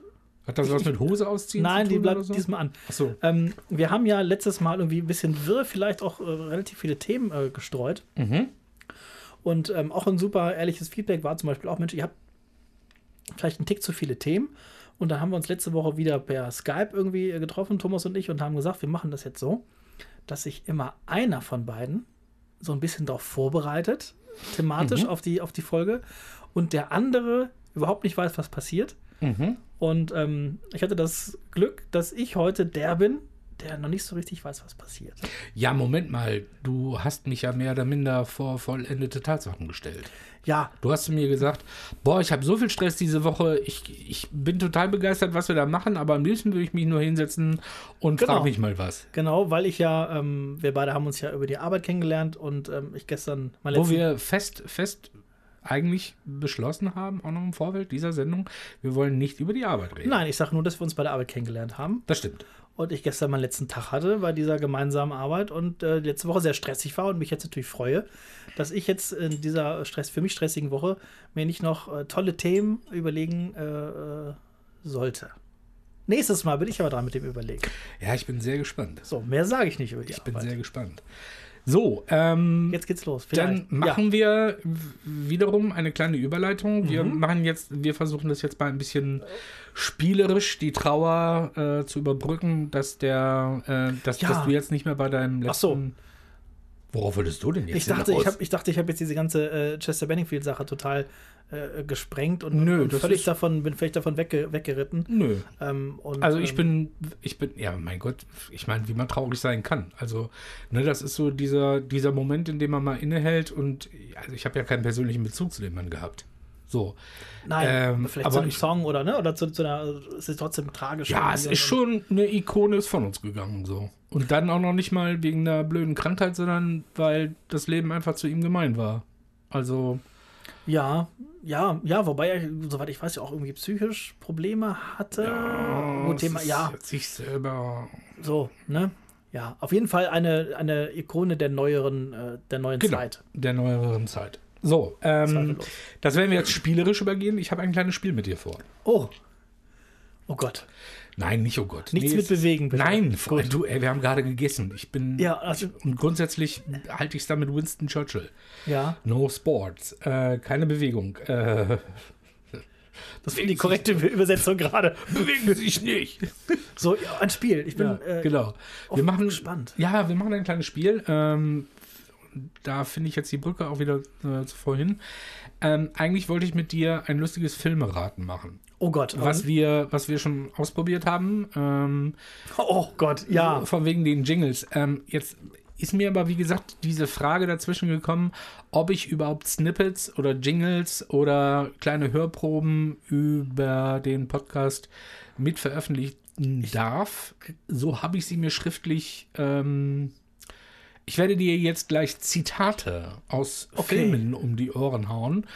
[SPEAKER 1] Hat das was mit Hose ausziehen
[SPEAKER 2] Nein,
[SPEAKER 1] zu tun
[SPEAKER 2] die bleibt
[SPEAKER 1] oder so?
[SPEAKER 2] diesmal an.
[SPEAKER 1] Ach so.
[SPEAKER 2] Ähm, wir haben ja letztes Mal irgendwie ein bisschen wirr, vielleicht auch äh, relativ viele Themen äh, gestreut.
[SPEAKER 1] Mhm.
[SPEAKER 2] Und ähm, auch ein super ehrliches Feedback war zum Beispiel auch, Mensch, ihr habt vielleicht einen Tick zu viele Themen. Und dann haben wir uns letzte Woche wieder per Skype irgendwie äh, getroffen, Thomas und ich, und haben gesagt, wir machen das jetzt so, dass sich immer einer von beiden so ein bisschen darauf vorbereitet, thematisch auf, die, auf die Folge, und der andere überhaupt nicht weiß, was passiert.
[SPEAKER 1] Mhm.
[SPEAKER 2] Und ähm, ich hatte das Glück, dass ich heute der bin, der noch nicht so richtig weiß, was passiert.
[SPEAKER 1] Ja, Moment mal, du hast mich ja mehr oder minder vor vollendete Tatsachen gestellt.
[SPEAKER 2] Ja,
[SPEAKER 1] Du hast zu mir gesagt, boah, ich habe so viel Stress diese Woche, ich, ich bin total begeistert, was wir da machen, aber am liebsten würde ich mich nur hinsetzen und
[SPEAKER 2] Genau.
[SPEAKER 1] frage mich mal was.
[SPEAKER 2] genau, weil ich ja, ähm, wir beide haben uns ja über die Arbeit kennengelernt und ähm, ich gestern mein
[SPEAKER 1] Wo wir fest, fest eigentlich beschlossen haben, auch noch im Vorfeld dieser Sendung, wir wollen nicht über die Arbeit reden.
[SPEAKER 2] Nein, ich sage nur, dass wir uns bei der Arbeit kennengelernt haben
[SPEAKER 1] Das stimmt.
[SPEAKER 2] und ich gestern meinen letzten Tag hatte bei dieser gemeinsamen Arbeit und äh, letzte Woche sehr stressig war und mich jetzt natürlich freue, dass ich jetzt in dieser Stress für mich stressigen Woche mir nicht noch äh, tolle Themen überlegen äh, äh, sollte. Nächstes Mal bin ich aber dran mit dem Überlegen.
[SPEAKER 1] Ja, ich bin sehr gespannt.
[SPEAKER 2] So, mehr sage ich nicht über die
[SPEAKER 1] Ich bin
[SPEAKER 2] Arbeit.
[SPEAKER 1] sehr gespannt. So, ähm,
[SPEAKER 2] Jetzt geht's los.
[SPEAKER 1] dann
[SPEAKER 2] vielleicht.
[SPEAKER 1] machen wir w- wiederum eine kleine Überleitung. Wir
[SPEAKER 2] Mhm.
[SPEAKER 1] machen jetzt, wir versuchen das jetzt mal ein bisschen spielerisch die Trauer äh, zu überbrücken, dass der, äh, dass,
[SPEAKER 2] Ja.
[SPEAKER 1] dass du jetzt nicht mehr bei deinem letzten.
[SPEAKER 2] Ach so.
[SPEAKER 1] Worauf würdest du denn jetzt
[SPEAKER 2] Ich dachte,
[SPEAKER 1] hinaus?
[SPEAKER 2] ich, hab, ich dachte, ich habe jetzt diese ganze äh, Chester Benningfield-Sache total äh, gesprengt und,
[SPEAKER 1] Nö,
[SPEAKER 2] und
[SPEAKER 1] das
[SPEAKER 2] völlig
[SPEAKER 1] ist-
[SPEAKER 2] davon, bin völlig davon wegge weggeritten.
[SPEAKER 1] Nö.
[SPEAKER 2] Ähm, und,
[SPEAKER 1] Also ich
[SPEAKER 2] ähm,
[SPEAKER 1] bin, ich bin, ja, mein Gott, ich meine, wie man traurig sein kann. Also, ne, das ist so dieser, dieser Moment, in dem man mal innehält und also ich habe ja keinen persönlichen Bezug zu dem Mann gehabt. So.
[SPEAKER 2] Nein,
[SPEAKER 1] ähm,
[SPEAKER 2] vielleicht
[SPEAKER 1] aber
[SPEAKER 2] zu einem
[SPEAKER 1] ich-
[SPEAKER 2] Song oder ne? Oder zu, zu einer. Es ist trotzdem tragisch.
[SPEAKER 1] Ja,
[SPEAKER 2] irgendwie
[SPEAKER 1] es
[SPEAKER 2] und-
[SPEAKER 1] ist schon eine Ikone ist von uns gegangen so. Und dann auch noch nicht mal wegen einer blöden Krankheit, sondern weil das Leben einfach zu ihm gemein war. Also,
[SPEAKER 2] Ja, ja, ja, wobei er, soweit ich weiß, ja auch irgendwie psychisch Probleme hatte. Gut,
[SPEAKER 1] es
[SPEAKER 2] Thema,
[SPEAKER 1] ist
[SPEAKER 2] ja,
[SPEAKER 1] jetzt sich selber.
[SPEAKER 2] so, ne? Ja, auf jeden Fall eine, eine Ikone der neueren, äh, der neuen
[SPEAKER 1] Genau,
[SPEAKER 2] Zeit.
[SPEAKER 1] der neueren Zeit. So, ähm,
[SPEAKER 2] Zweifellos.
[SPEAKER 1] das werden wir jetzt spielerisch übergehen. Ich habe ein kleines Spiel mit dir vor.
[SPEAKER 2] Oh. Oh Gott.
[SPEAKER 1] Nein, nicht, oh Gott.
[SPEAKER 2] Nichts
[SPEAKER 1] Nee, es-
[SPEAKER 2] mit bewegen, bitte.
[SPEAKER 1] Nein, Freund, du, ey, wir haben gerade gegessen. Ich bin.
[SPEAKER 2] Ja, also-
[SPEAKER 1] Und grundsätzlich halte ich es damit Winston Churchill.
[SPEAKER 2] Ja.
[SPEAKER 1] No Sports. Äh, keine Bewegung. Äh,
[SPEAKER 2] Das war die korrekte Übersetzung gerade.
[SPEAKER 1] bewegen Sie sich nicht.
[SPEAKER 2] So, ja, ein Spiel. Ich bin.
[SPEAKER 1] Ja,
[SPEAKER 2] äh,
[SPEAKER 1] genau. Wir
[SPEAKER 2] offen
[SPEAKER 1] machen,
[SPEAKER 2] gespannt.
[SPEAKER 1] Ja, wir machen ein kleines Spiel. Ähm, da finde ich jetzt die Brücke auch wieder äh, zu vorhin. Ähm, eigentlich wollte ich mit dir ein lustiges Filmeraten machen,
[SPEAKER 2] Oh Gott.
[SPEAKER 1] was wir, was wir schon ausprobiert haben. Ähm,
[SPEAKER 2] oh Gott, ja.
[SPEAKER 1] Von wegen den Jingles. Ähm, jetzt ist mir aber, wie gesagt, diese Frage dazwischen gekommen, ob ich überhaupt Snippets oder Jingles oder kleine Hörproben über den Podcast mit veröffentlichen darf. So habe ich sie mir schriftlich. Ähm, ich werde dir jetzt gleich Zitate aus
[SPEAKER 2] Okay.
[SPEAKER 1] Filmen um die Ohren hauen.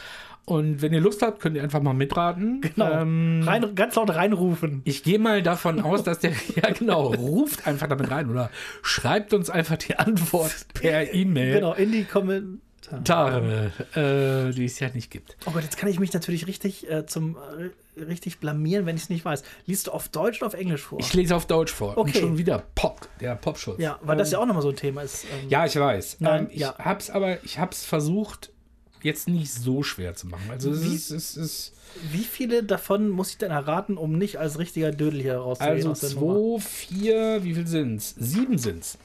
[SPEAKER 1] Und wenn ihr Lust habt, könnt ihr einfach mal mitraten.
[SPEAKER 2] Genau.
[SPEAKER 1] Ähm,
[SPEAKER 2] Rein, ganz laut reinrufen.
[SPEAKER 1] ich gehe mal davon aus, dass der, ja genau, ruft einfach damit rein oder schreibt uns einfach die Antwort per E-Mail.
[SPEAKER 2] Genau, in die Kommentare.
[SPEAKER 1] Tare, äh, die es ja nicht gibt.
[SPEAKER 2] Oh Gott, jetzt kann ich mich natürlich richtig äh, zum äh, richtig blamieren, wenn ich es nicht weiß. Liest du auf Deutsch oder auf Englisch vor?
[SPEAKER 1] Ich lese auf Deutsch vor. Und
[SPEAKER 2] Okay.
[SPEAKER 1] schon wieder Pop, der Popschutz.
[SPEAKER 2] ja, weil das ja auch nochmal so ein Thema ist. Ähm,
[SPEAKER 1] Ja, ich weiß.
[SPEAKER 2] Nein,
[SPEAKER 1] ähm, ich
[SPEAKER 2] ja.
[SPEAKER 1] hab's aber, ich hab's versucht, jetzt nicht so schwer zu machen. Also es
[SPEAKER 2] Wie-
[SPEAKER 1] ist, es ist
[SPEAKER 2] Wie viele davon muss ich denn erraten, um nicht als richtiger Dödel hier rauszugehen?
[SPEAKER 1] also
[SPEAKER 2] aus der Nummer?
[SPEAKER 1] zwei, vier, wie viel sind's? Sieben sind's.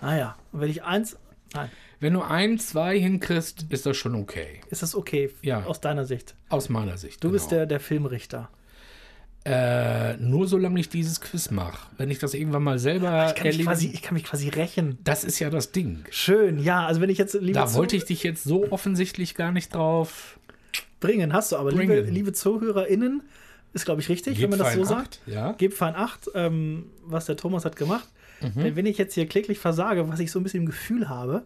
[SPEAKER 2] Ah ja, und wenn ich eins. Nein,
[SPEAKER 1] Wenn du ein, zwei hinkriegst, ist das schon okay.
[SPEAKER 2] ist das okay
[SPEAKER 1] Ja. Genau.
[SPEAKER 2] aus deiner Sicht?
[SPEAKER 1] Aus meiner Sicht.
[SPEAKER 2] Du bist der, der Filmrichter.
[SPEAKER 1] Äh, nur solange ich dieses Quiz mache. Wenn ich das irgendwann mal selber
[SPEAKER 2] Ah, Ich kann, mich
[SPEAKER 1] erlebe,
[SPEAKER 2] quasi, ich kann mich quasi rächen.
[SPEAKER 1] das ist ja das Ding.
[SPEAKER 2] Schön, ja. Also wenn ich jetzt liebe
[SPEAKER 1] Da wollte ich dich jetzt so offensichtlich gar nicht drauf.
[SPEAKER 2] bringen, hast du aber liebe,
[SPEAKER 1] Bringen.
[SPEAKER 2] liebe ZuhörerInnen, ist glaube ich richtig, wenn man das so
[SPEAKER 1] Gib fein
[SPEAKER 2] sagt.
[SPEAKER 1] acht, Ja.
[SPEAKER 2] Gebt fein acht, ähm, was der Thomas hat gemacht.
[SPEAKER 1] Mhm.
[SPEAKER 2] Denn wenn ich jetzt hier kläglich versage, was ich so ein bisschen im Gefühl habe,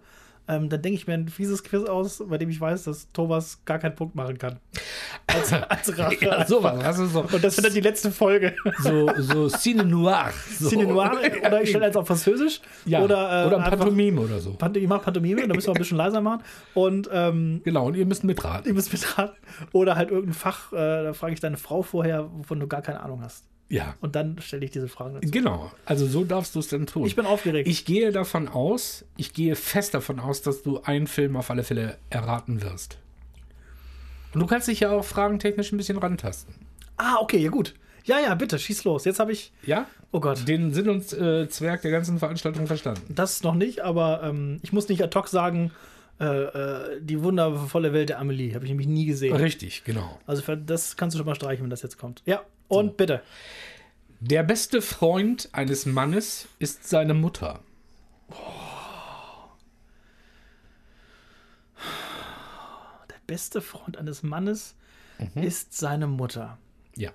[SPEAKER 2] ähm, dann denke ich mir ein fieses Quiz aus, bei dem ich weiß, dass Thomas gar keinen Punkt machen kann. Als, als Rache.
[SPEAKER 1] ja, sowas. Das ist so,
[SPEAKER 2] Und das wird dann die letzte Folge.
[SPEAKER 1] so, so Cine Noir. So.
[SPEAKER 2] Cine Noir, oder ich stelle eins auf Französisch.
[SPEAKER 1] ja.
[SPEAKER 2] Oder, äh,
[SPEAKER 1] oder ein
[SPEAKER 2] einfach-
[SPEAKER 1] Pantomime oder so.
[SPEAKER 2] Pant- Ich mache Pantomime, da müssen wir ein bisschen leiser machen. Und ähm,
[SPEAKER 1] Genau, und ihr müsst mitraten.
[SPEAKER 2] ihr müsst mitraten. Oder halt irgendein Fach, äh, da frage ich deine Frau vorher, wovon du gar keine Ahnung hast.
[SPEAKER 1] Ja.
[SPEAKER 2] Und dann stelle ich diese Fragen dazu.
[SPEAKER 1] Genau. Also so darfst du es dann tun.
[SPEAKER 2] Ich bin aufgeregt.
[SPEAKER 1] ich gehe davon aus, ich gehe fest davon aus, dass du einen Film auf alle Fälle erraten wirst. Und du kannst dich ja auch fragentechnisch ein bisschen rantasten.
[SPEAKER 2] Ah, okay, ja gut. Ja, ja, bitte, schieß los. Jetzt habe ich.
[SPEAKER 1] Ja?
[SPEAKER 2] Oh Gott,
[SPEAKER 1] den Sinn und äh, Zwerg der ganzen Veranstaltung verstanden.
[SPEAKER 2] das noch nicht, aber ähm, ich muss nicht ad hoc sagen, äh, äh, die wundervolle Welt der Amelie. Habe ich nämlich nie gesehen.
[SPEAKER 1] Richtig, genau.
[SPEAKER 2] Also für- das kannst du schon mal streichen, wenn das jetzt kommt. Ja, und bitte.
[SPEAKER 1] Der beste Freund eines Mannes ist seine Mutter.
[SPEAKER 2] Der beste Freund eines Mannes
[SPEAKER 1] Mhm.
[SPEAKER 2] ist seine Mutter.
[SPEAKER 1] Ja.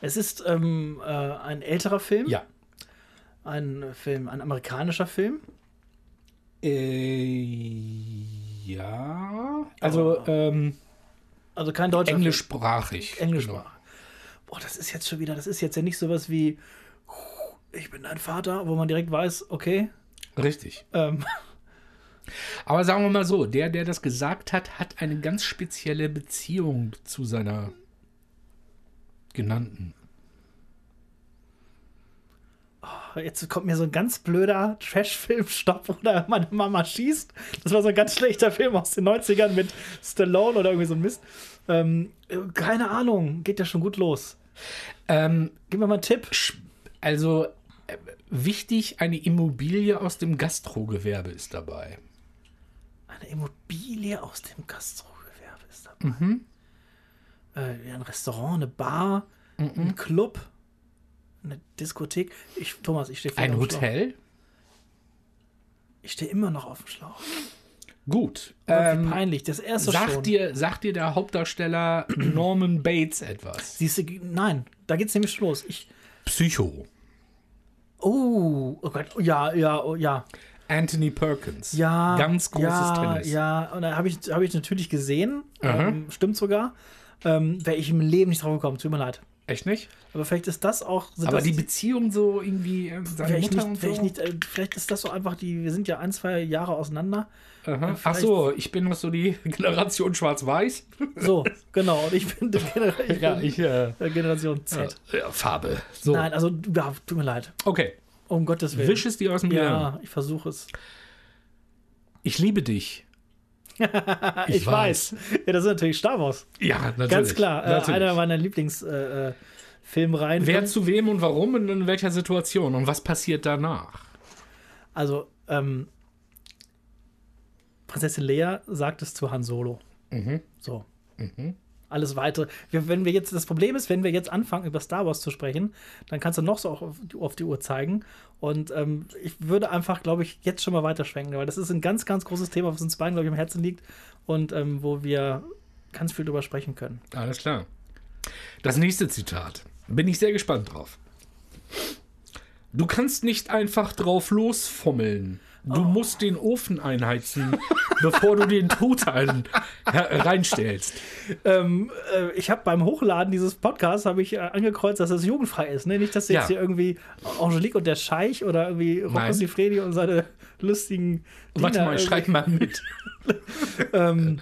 [SPEAKER 2] Es ist ähm, äh, ein älterer Film.
[SPEAKER 1] Ja.
[SPEAKER 2] Ein Film, ein amerikanischer Film.
[SPEAKER 1] Äh, ja. Also ähm,
[SPEAKER 2] Also kein deutscher
[SPEAKER 1] englischsprachig.
[SPEAKER 2] Film. Englischsprache. Boah, das ist jetzt schon wieder, das ist jetzt ja nicht sowas wie Ich bin dein Vater, wo man direkt weiß, okay,
[SPEAKER 1] Genau. Richtig.
[SPEAKER 2] ähm,
[SPEAKER 1] Aber sagen wir mal so, der, der das gesagt hat, hat eine ganz spezielle Beziehung zu seiner genannten.
[SPEAKER 2] jetzt kommt mir so ein ganz blöder Trash-Film-Stopp, wo da meine Mama schießt. Das war so ein ganz schlechter Film aus den 90ern mit Stallone oder irgendwie so ein Mist. Ähm, keine Ahnung, geht ja schon gut los.
[SPEAKER 1] Ähm,
[SPEAKER 2] Gib mir mal einen Tipp.
[SPEAKER 1] also äh, wichtig, eine Immobilie aus dem Gastrogewerbe ist dabei.
[SPEAKER 2] Eine Immobilie aus dem Gastrogewerbe ist dabei.
[SPEAKER 1] Mhm.
[SPEAKER 2] Äh, ein Restaurant, eine Bar,
[SPEAKER 1] Mhm.
[SPEAKER 2] ein Club, eine Diskothek. Ich, Thomas, ich stehe voll
[SPEAKER 1] Ein
[SPEAKER 2] auf dem
[SPEAKER 1] Hotel?
[SPEAKER 2] Schlauch. Ich stehe immer noch auf dem Schlauch.
[SPEAKER 1] Gut.
[SPEAKER 2] Aber Wie
[SPEAKER 1] Ähm,
[SPEAKER 2] peinlich. Das erste schon.
[SPEAKER 1] sagt, dir, sagt dir der Hauptdarsteller Norman Bates etwas?
[SPEAKER 2] Siehst du, nein, da geht's nämlich schon los. Ich,
[SPEAKER 1] Psycho.
[SPEAKER 2] oh, oh Gott, ja, ja, oh, ja,
[SPEAKER 1] Anthony Perkins.
[SPEAKER 2] ja.
[SPEAKER 1] Ganz großes
[SPEAKER 2] ja,
[SPEAKER 1] Tennis.
[SPEAKER 2] Ja, und dann habe ich, hab ich natürlich gesehen.
[SPEAKER 1] Aha.
[SPEAKER 2] Ähm, stimmt sogar. Ähm, Wäre ich im Leben nicht drauf gekommen. Tut mir leid.
[SPEAKER 1] Echt nicht?
[SPEAKER 2] Aber vielleicht ist das auch. sind
[SPEAKER 1] Aber
[SPEAKER 2] Also das
[SPEAKER 1] die Beziehung so irgendwie, äh, seine
[SPEAKER 2] Wäre ich
[SPEAKER 1] Mutter
[SPEAKER 2] nicht,
[SPEAKER 1] und
[SPEAKER 2] wär ich
[SPEAKER 1] so.
[SPEAKER 2] nicht, äh, vielleicht ist das so einfach, die, wir sind ja ein, zwei Jahre auseinander.
[SPEAKER 1] Aha. Ach
[SPEAKER 2] vielleicht-
[SPEAKER 1] so, ich bin noch so die Generation Schwarz-Weiß.
[SPEAKER 2] So, genau. Und ich bin der Gener ich
[SPEAKER 1] Ja,
[SPEAKER 2] bin,
[SPEAKER 1] ich, äh,
[SPEAKER 2] äh, Generation Z.
[SPEAKER 1] ja, Farbe. So,
[SPEAKER 2] Nein, also, ja, tut mir leid.
[SPEAKER 1] okay.
[SPEAKER 2] Um Gottes Willen.
[SPEAKER 1] Wisch es dir aus dem Leben.
[SPEAKER 2] ja, ich versuche es.
[SPEAKER 1] Ich liebe dich.
[SPEAKER 2] Ah, Ich, weiß. Ja, das ist natürlich Star Wars.
[SPEAKER 1] Ja, natürlich.
[SPEAKER 2] Ganz klar. Äh,
[SPEAKER 1] natürlich.
[SPEAKER 2] einer meiner Lieblingsfilmreihen. Äh, Filmreihen.
[SPEAKER 1] Wer zu wem und warum und in welcher Situation und was passiert danach?
[SPEAKER 2] also, ähm, Prinzessin Leia sagt es zu Han Solo. So. Alles weitere. Wir, wenn wir jetzt, das Problem ist, wenn wir jetzt anfangen, über Star Wars zu sprechen, dann kannst du noch so auch auf, die- auf die Uhr zeigen. Und ähm, ich würde einfach, glaube ich, jetzt schon mal weiterschwenken, weil das ist ein ganz, ganz großes Thema, was uns beiden, glaube ich, im Herzen liegt und ähm, wo wir ganz viel drüber sprechen können.
[SPEAKER 1] Alles klar. Das nächste Zitat. Bin ich sehr gespannt drauf. Du kannst nicht einfach drauf losfummeln. Du musst den Ofen einheizen, bevor du den Tod ein, her- reinstellst.
[SPEAKER 2] Ähm, äh, ich habe beim Hochladen dieses Podcasts habe ich äh, angekreuzt, dass das jugendfrei ist. Ne? Nicht, dass jetzt
[SPEAKER 1] Ja.
[SPEAKER 2] hier irgendwie Angelique und der Scheich oder irgendwie Rocco
[SPEAKER 1] Nein.
[SPEAKER 2] Sifredi und seine lustigen
[SPEAKER 1] Warte
[SPEAKER 2] Diener
[SPEAKER 1] mal, ich
[SPEAKER 2] irgendwie-
[SPEAKER 1] schreib mal mit.
[SPEAKER 2] ähm,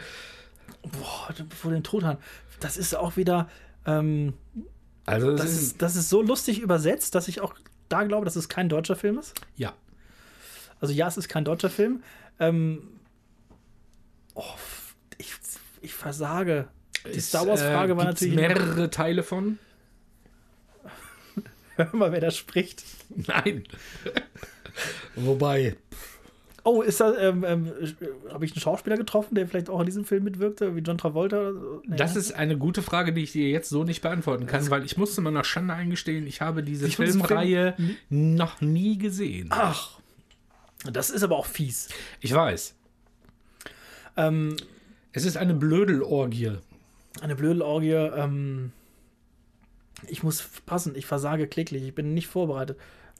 [SPEAKER 2] boah, vor den Truthahn. Das ist auch wieder, ähm,
[SPEAKER 1] Also,
[SPEAKER 2] das, ist, das ist so lustig übersetzt, dass ich auch da glaube, dass es kein deutscher Film ist.
[SPEAKER 1] Ja.
[SPEAKER 2] Also ja, es ist kein deutscher Film. Ähm, oh, f- ich, ich versage. Die
[SPEAKER 1] Ist,
[SPEAKER 2] Star Wars-Frage war
[SPEAKER 1] gibt's
[SPEAKER 2] natürlich-
[SPEAKER 1] äh, mehrere Teile von?
[SPEAKER 2] Hör mal, wer da spricht.
[SPEAKER 1] Nein. Wobei.
[SPEAKER 2] Oh, ist das, ähm, ähm, äh, habe ich einen Schauspieler getroffen, der vielleicht auch in diesem Film mitwirkte, wie John Travolta? oder so? Nee,
[SPEAKER 1] Das
[SPEAKER 2] ne?
[SPEAKER 1] ist eine gute Frage, die ich dir jetzt so nicht beantworten kann, weil ich musste mal nach Schande eingestehen, ich habe diese
[SPEAKER 2] Also Ich muss den Film-
[SPEAKER 1] Filmreihe
[SPEAKER 2] Hm?
[SPEAKER 1] noch nie gesehen.
[SPEAKER 2] Ach, das ist aber auch fies.
[SPEAKER 1] Ich weiß.
[SPEAKER 2] Ähm,
[SPEAKER 1] Es ist eine Blödelorgie.
[SPEAKER 2] Eine Blödelorgie. Ähm, ich muss f- passen, ich versage kläglich, ich bin nicht vorbereitet.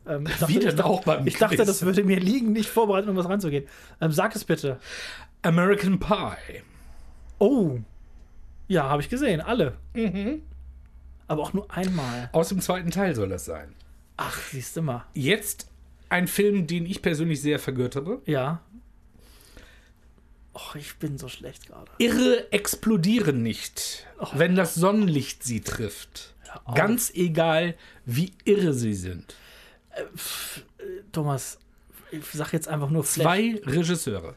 [SPEAKER 2] Ähm, ich dachte,
[SPEAKER 1] Wie denn
[SPEAKER 2] ich, dachte-
[SPEAKER 1] auch beim
[SPEAKER 2] ich dachte,
[SPEAKER 1] Quiz.
[SPEAKER 2] das würde mir liegen, nicht vorbereitet, um was reinzugehen. Ähm, sag es bitte.
[SPEAKER 1] American Pie.
[SPEAKER 2] Oh. Ja, habe ich gesehen, alle.
[SPEAKER 1] Mhm.
[SPEAKER 2] Aber auch nur einmal.
[SPEAKER 1] Aus dem zweiten Teil soll das sein.
[SPEAKER 2] Ach, siehst du mal.
[SPEAKER 1] Jetzt ein Film, den ich persönlich sehr vergöttere.
[SPEAKER 2] Ja. Och, ich bin so schlecht gerade.
[SPEAKER 1] Irre explodieren nicht,
[SPEAKER 2] Oh.
[SPEAKER 1] wenn das Sonnenlicht sie trifft.
[SPEAKER 2] auf.
[SPEAKER 1] Ganz egal, wie irre sie sind.
[SPEAKER 2] Thomas, ich sag jetzt einfach nur Flash.
[SPEAKER 1] Zwei Regisseure.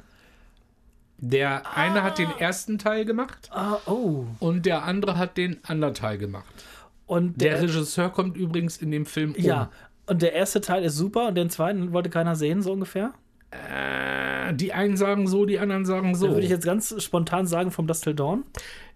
[SPEAKER 1] Der eine hat den ersten Teil gemacht
[SPEAKER 2] Ah, oh.
[SPEAKER 1] und der andere hat den anderen Teil gemacht.
[SPEAKER 2] Und
[SPEAKER 1] Der
[SPEAKER 2] der,
[SPEAKER 1] Regisseur kommt übrigens in dem Film um.
[SPEAKER 2] ja. Und der erste Teil ist super und den zweiten wollte keiner sehen, so ungefähr.
[SPEAKER 1] Äh, Die einen sagen so, die anderen sagen so.
[SPEAKER 2] Da würde ich jetzt ganz spontan sagen, vom Dust Till Dawn.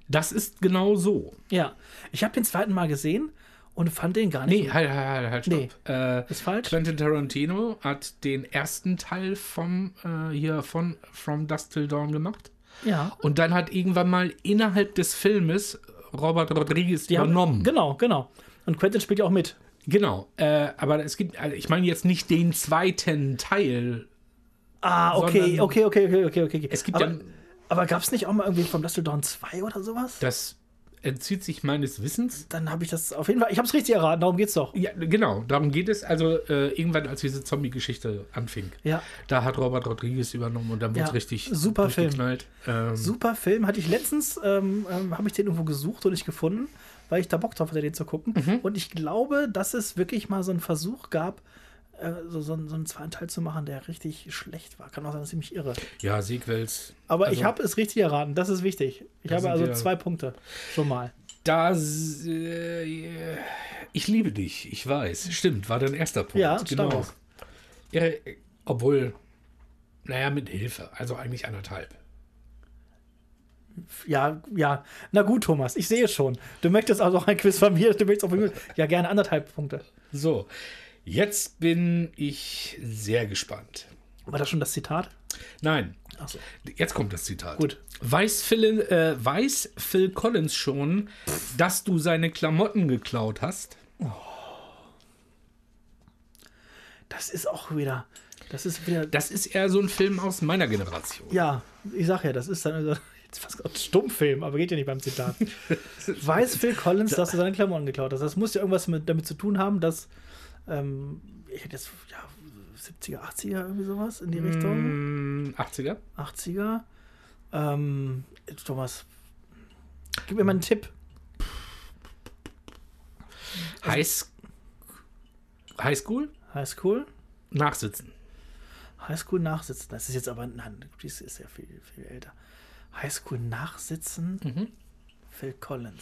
[SPEAKER 1] Das ist genau so.
[SPEAKER 2] Ja. Ich habe den zweiten Mal gesehen und fand den gar nicht.
[SPEAKER 1] Nee, halt, halt, halt, halt, stopp. Äh,
[SPEAKER 2] Ist falsch?
[SPEAKER 1] Quentin Tarantino hat den ersten Teil vom, äh, hier von From Dust Till Dawn gemacht.
[SPEAKER 2] Ja.
[SPEAKER 1] Und dann hat irgendwann mal innerhalb des Filmes Robert Rodriguez
[SPEAKER 2] Die haben-
[SPEAKER 1] übernommen.
[SPEAKER 2] Genau, genau. Und Quentin spielt ja auch mit.
[SPEAKER 1] genau. Äh, aber es gibt, also ich meine jetzt nicht den zweiten Teil.
[SPEAKER 2] Ah, okay,
[SPEAKER 1] Sondern-
[SPEAKER 2] okay, okay, okay, okay, okay.
[SPEAKER 1] Es gibt
[SPEAKER 2] aber,
[SPEAKER 1] ja,
[SPEAKER 2] aber gab es nicht auch mal irgendwie vom Dust Till Dawn 2 oder sowas?
[SPEAKER 1] das entzieht sich meines Wissens.
[SPEAKER 2] Dann habe ich das auf jeden Fall. Ich habe es richtig erraten, darum geht's doch.
[SPEAKER 1] Ja, genau, darum geht es. Also äh, irgendwann, als diese Zombie-Geschichte anfing,
[SPEAKER 2] Ja.
[SPEAKER 1] da hat Robert Rodriguez übernommen und dann wurde es
[SPEAKER 2] Ja,
[SPEAKER 1] richtig
[SPEAKER 2] super Film.
[SPEAKER 1] durchgeknallt. Ähm,
[SPEAKER 2] Super Film. Hatte ich letztens, ähm, ähm, habe ich den irgendwo gesucht und nicht gefunden, weil ich da Bock drauf hatte, den zu gucken.
[SPEAKER 1] Mhm.
[SPEAKER 2] Und ich glaube, dass es wirklich mal so einen Versuch gab, äh, so, so, einen- so einen zweiten Teil zu machen, der richtig schlecht war. Kann auch sein, dass ich mich irre.
[SPEAKER 1] Ja, Sequels.
[SPEAKER 2] Aber ich
[SPEAKER 1] Also-
[SPEAKER 2] habe es richtig erraten, das ist wichtig. Ich
[SPEAKER 1] Da
[SPEAKER 2] habe
[SPEAKER 1] sind
[SPEAKER 2] also
[SPEAKER 1] wir-
[SPEAKER 2] zwei Punkte schon mal.
[SPEAKER 1] Das, äh, ich liebe dich, ich weiß. Stimmt, war dein erster Punkt. Genau.
[SPEAKER 2] Ja, Star Wars.
[SPEAKER 1] Ja, obwohl, naja, mit Hilfe, also eigentlich anderthalb.
[SPEAKER 2] Ja, ja. Na gut, Thomas, ich sehe es schon. Du möchtest also auch ein Quiz von mir. Du möchtest auch von mir. Ja, gerne anderthalb Punkte.
[SPEAKER 1] So, jetzt bin ich sehr gespannt.
[SPEAKER 2] War das schon das Zitat?
[SPEAKER 1] Nein,
[SPEAKER 2] Achso.
[SPEAKER 1] jetzt kommt das Zitat.
[SPEAKER 2] Gut.
[SPEAKER 1] Weiß Phil, äh, weiß Phil Collins schon, dass du seine Klamotten geklaut hast?
[SPEAKER 2] Das ist auch wieder. Das ist wieder.
[SPEAKER 1] Das ist eher so ein Film aus meiner Generation.
[SPEAKER 2] Ja, ich sag ja, das ist dann also, jetzt fast ein Stummfilm, aber geht ja nicht beim Zitat. Weiß Phil Collins, dass er seine Klamotten geklaut hat. Das muss ja irgendwas mit, damit zu tun haben, dass ähm, ich hätte jetzt ja 70er, 80er irgendwie sowas in die Richtung,
[SPEAKER 1] Mm, 80er?
[SPEAKER 2] 80er. Ähm, Thomas, gib mir mal einen Tipp. Also
[SPEAKER 1] High, Highschool?
[SPEAKER 2] Highschool,
[SPEAKER 1] Nachsitzen.
[SPEAKER 2] Highschool nachsitzen. Das ist jetzt aber nein, dies ist ja viel viel älter. Highschool nachsitzen.
[SPEAKER 1] Mhm.
[SPEAKER 2] Phil Collins.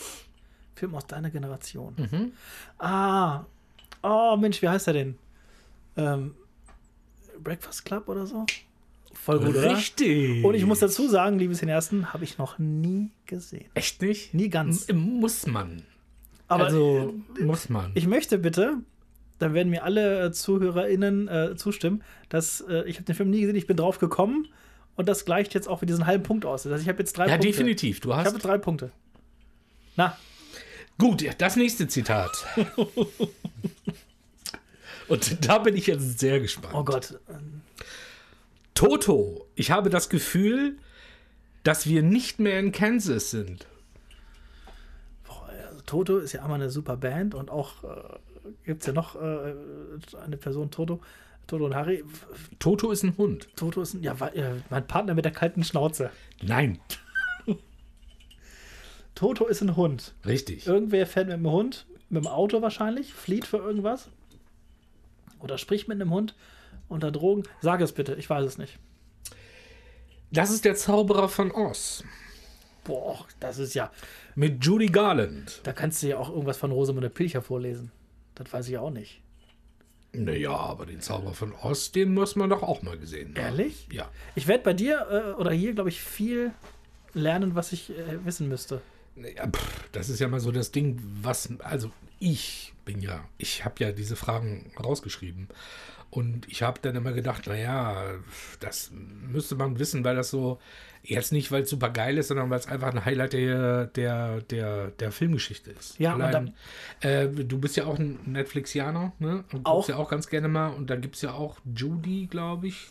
[SPEAKER 2] Film aus deiner Generation.
[SPEAKER 1] Mhm.
[SPEAKER 2] Ah. Oh, Mensch, wie heißt er denn? Ähm, Breakfast Club oder so? Voll gut,
[SPEAKER 1] Richtig.
[SPEAKER 2] oder? Und ich muss dazu sagen, liebes Ersten, habe ich noch nie gesehen.
[SPEAKER 1] Echt nicht?
[SPEAKER 2] Nie ganz.
[SPEAKER 1] M- Muss man.
[SPEAKER 2] Aber äh,
[SPEAKER 1] also, muss man.
[SPEAKER 2] ich möchte bitte, da werden mir alle äh, ZuhörerInnen äh, zustimmen, dass äh, ich habe den Film nie gesehen, ich bin drauf gekommen und das gleicht jetzt auch mit diesen halben Punkt aus. Das heißt, ich habe jetzt drei
[SPEAKER 1] ja,
[SPEAKER 2] Punkte.
[SPEAKER 1] definitiv. Du
[SPEAKER 2] Ich habe
[SPEAKER 1] hast.
[SPEAKER 2] drei Punkte. Na,
[SPEAKER 1] Gut, das nächste Zitat. Und da bin ich jetzt sehr gespannt.
[SPEAKER 2] oh Gott.
[SPEAKER 1] Toto, ich habe das Gefühl, dass wir nicht mehr in Kansas sind.
[SPEAKER 2] Boah, also Toto ist ja einmal eine super Band und auch äh, gibt es ja noch äh, eine Person, Toto. Toto und Harry.
[SPEAKER 1] Toto ist ein Hund.
[SPEAKER 2] Toto ist ein, ja, wa- äh, mein Partner mit der kalten Schnauze.
[SPEAKER 1] Nein,
[SPEAKER 2] Toto ist ein Hund.
[SPEAKER 1] richtig.
[SPEAKER 2] Irgendwer fährt mit dem Hund, mit dem Auto wahrscheinlich, flieht für irgendwas. Oder spricht mit einem Hund unter Drogen. Sag es bitte, ich weiß es nicht.
[SPEAKER 1] Das ist der Zauberer von Oz
[SPEAKER 2] Boah, das ist ja.
[SPEAKER 1] mit Judy Garland.
[SPEAKER 2] Da kannst du ja auch irgendwas von Rosamunde Pilcher vorlesen. Das weiß ich auch nicht.
[SPEAKER 1] Naja, aber den Zauberer von Oz, den muss man doch auch mal gesehen haben.
[SPEAKER 2] Ehrlich?
[SPEAKER 1] Ja.
[SPEAKER 2] Ich werde bei dir äh, oder hier, glaube ich, viel lernen, was ich äh, wissen müsste.
[SPEAKER 1] Ja, pff, das ist ja mal so das Ding, was, also ich bin ja, ich habe ja diese Fragen rausgeschrieben. Und ich habe dann immer gedacht, naja, das müsste man wissen, weil das so, jetzt nicht, weil es super geil ist, sondern weil es einfach ein Highlight der, der, der, der Filmgeschichte ist.
[SPEAKER 2] Ja, und
[SPEAKER 1] Allein, äh, du bist ja auch ein Netflixianer, ne? Und
[SPEAKER 2] Auch.
[SPEAKER 1] guckst ja auch ganz gerne mal. Und da gibt es ja auch Judy, glaube ich,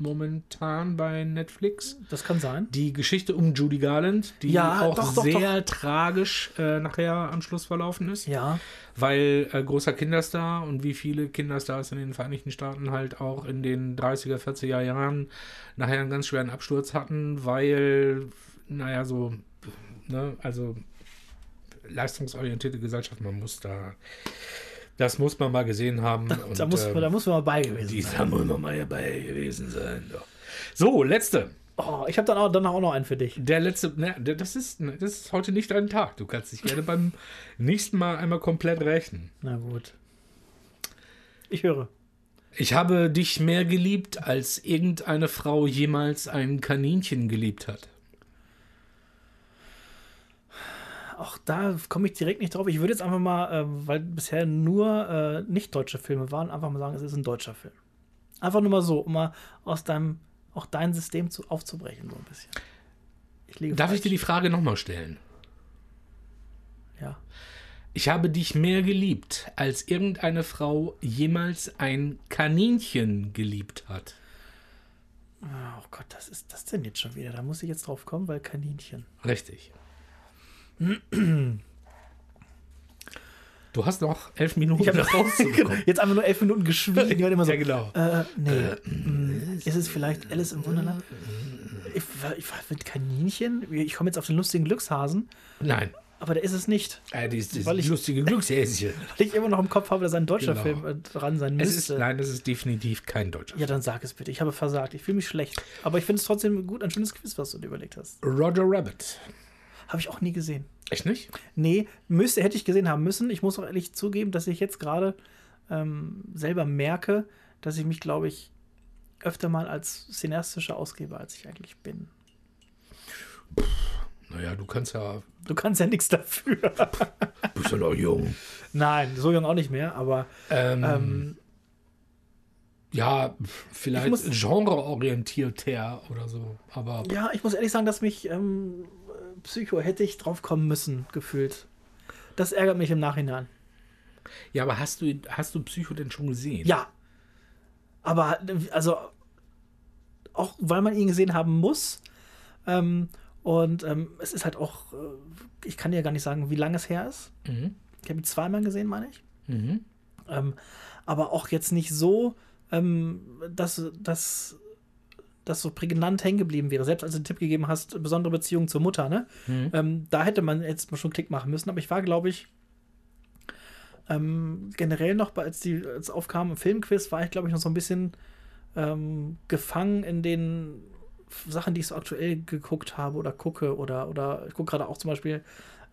[SPEAKER 1] momentan bei Netflix
[SPEAKER 2] Das kann sein.
[SPEAKER 1] die Geschichte um Judy Garland, die
[SPEAKER 2] Ja,
[SPEAKER 1] auch
[SPEAKER 2] doch, doch,
[SPEAKER 1] sehr tragisch äh, nachher am Schluss verlaufen ist,
[SPEAKER 2] Ja.
[SPEAKER 1] weil äh, großer Kinderstar und wie viele Kinderstars in den Vereinigten Staaten halt auch in den 30er, 40er Jahren nachher einen ganz schweren Absturz hatten, weil, naja, so, ne, also leistungsorientierte Gesellschaft, man muss da, das muss man mal gesehen haben. und,
[SPEAKER 2] Da muss,
[SPEAKER 1] ähm,
[SPEAKER 2] da muss man mal bei gewesen sein.
[SPEAKER 1] dieser muss man mal dabei gewesen sein. doch. So, letzte.
[SPEAKER 2] Oh, ich habe dann auch, danach auch noch einen für dich.
[SPEAKER 1] Der letzte, ne, der- das ist, ne, das ist heute nicht dein Tag. Du kannst dich gerne beim nächsten Mal einmal komplett rächen.
[SPEAKER 2] Na gut. Ich höre.
[SPEAKER 1] Ich habe dich mehr geliebt, als irgendeine Frau jemals ein Kaninchen geliebt hat.
[SPEAKER 2] auch da komme ich direkt nicht drauf. Ich würde jetzt einfach mal, äh, weil bisher nur äh, nicht deutsche Filme waren, einfach mal sagen, es ist ein deutscher Film. Einfach nur mal so, um mal aus deinem, auch dein System zu, aufzubrechen, so ein bisschen.
[SPEAKER 1] Ich liege Darf ich dir die Frage nochmal stellen?
[SPEAKER 2] Ja.
[SPEAKER 1] Ich habe dich mehr geliebt, als irgendeine Frau jemals ein Kaninchen geliebt hat.
[SPEAKER 2] Oh Gott, was ist das denn jetzt schon wieder? Da muss ich jetzt drauf kommen, weil Kaninchen.
[SPEAKER 1] Richtig. Du hast noch elf Minuten
[SPEAKER 2] Ich habe
[SPEAKER 1] rauszubekommen.
[SPEAKER 2] jetzt einfach nur elf Minuten geschwiegen. Ich war immer so,
[SPEAKER 1] Genau. Ja, genau.
[SPEAKER 2] Äh, nee. Mm, ist es vielleicht Alice im Wunderland? Ich, war- ich war mit Kaninchen? Ich komme jetzt auf den lustigen Glückshasen,
[SPEAKER 1] Nein,
[SPEAKER 2] aber der ist es nicht.
[SPEAKER 1] äh, das ist
[SPEAKER 2] Weil ich-
[SPEAKER 1] lustige Glückshäschen.
[SPEAKER 2] Weil ich immer noch im Kopf habe, dass ein deutscher
[SPEAKER 1] Genau.
[SPEAKER 2] Film äh, dran sein
[SPEAKER 1] Es ist,
[SPEAKER 2] müsste.
[SPEAKER 1] nein, das ist definitiv kein deutscher.
[SPEAKER 2] ja, dann sag es bitte. Ich habe versagt. Ich fühle mich schlecht. Aber ich finde es trotzdem gut, ein schönes Quiz, was du dir überlegt hast.
[SPEAKER 1] Roger Rabbit.
[SPEAKER 2] Habe ich auch nie gesehen.
[SPEAKER 1] Echt nicht?
[SPEAKER 2] Nee, müsste, hätte ich gesehen haben müssen. Ich muss auch ehrlich zugeben, dass ich jetzt gerade ähm, selber merke, dass ich mich, glaube ich, öfter mal als cineastischer ausgebe, als ich eigentlich bin.
[SPEAKER 1] Naja, du kannst ja.
[SPEAKER 2] Du kannst ja nichts dafür.
[SPEAKER 1] Bist ja noch jung.
[SPEAKER 2] Nein, so jung auch nicht mehr, aber
[SPEAKER 1] Ähm,
[SPEAKER 2] ähm,
[SPEAKER 1] ja, pf,
[SPEAKER 2] ich
[SPEAKER 1] vielleicht
[SPEAKER 2] muss-
[SPEAKER 1] genreorientiert her oder so. Aber
[SPEAKER 2] ja, ich muss ehrlich sagen, dass mich ähm, Psycho hätte ich drauf kommen müssen, gefühlt. Das ärgert mich im Nachhinein.
[SPEAKER 1] ja, aber hast du hast du Psycho denn schon gesehen?
[SPEAKER 2] Ja. Aber, also, auch weil man ihn gesehen haben muss. Ähm, und ähm, es ist halt auch, äh, ich kann dir gar nicht sagen, wie lange es her ist.
[SPEAKER 1] Mhm.
[SPEAKER 2] Ich habe ihn zweimal gesehen, meine ich.
[SPEAKER 1] Mhm.
[SPEAKER 2] Ähm, aber auch jetzt nicht so, ähm, dass das dass so prägnant hängen geblieben wäre. Selbst als du den Tipp gegeben hast, besondere Beziehung zur Mutter, ne?
[SPEAKER 1] Mhm.
[SPEAKER 2] Ähm, da hätte man jetzt mal schon Klick machen müssen, aber ich war, glaube ich, ähm, generell noch, bei- als die als aufkam im Filmquiz, war ich, glaube ich, noch so ein bisschen ähm, gefangen in den F- Sachen, die ich so aktuell geguckt habe oder gucke oder, oder ich gucke gerade auch zum Beispiel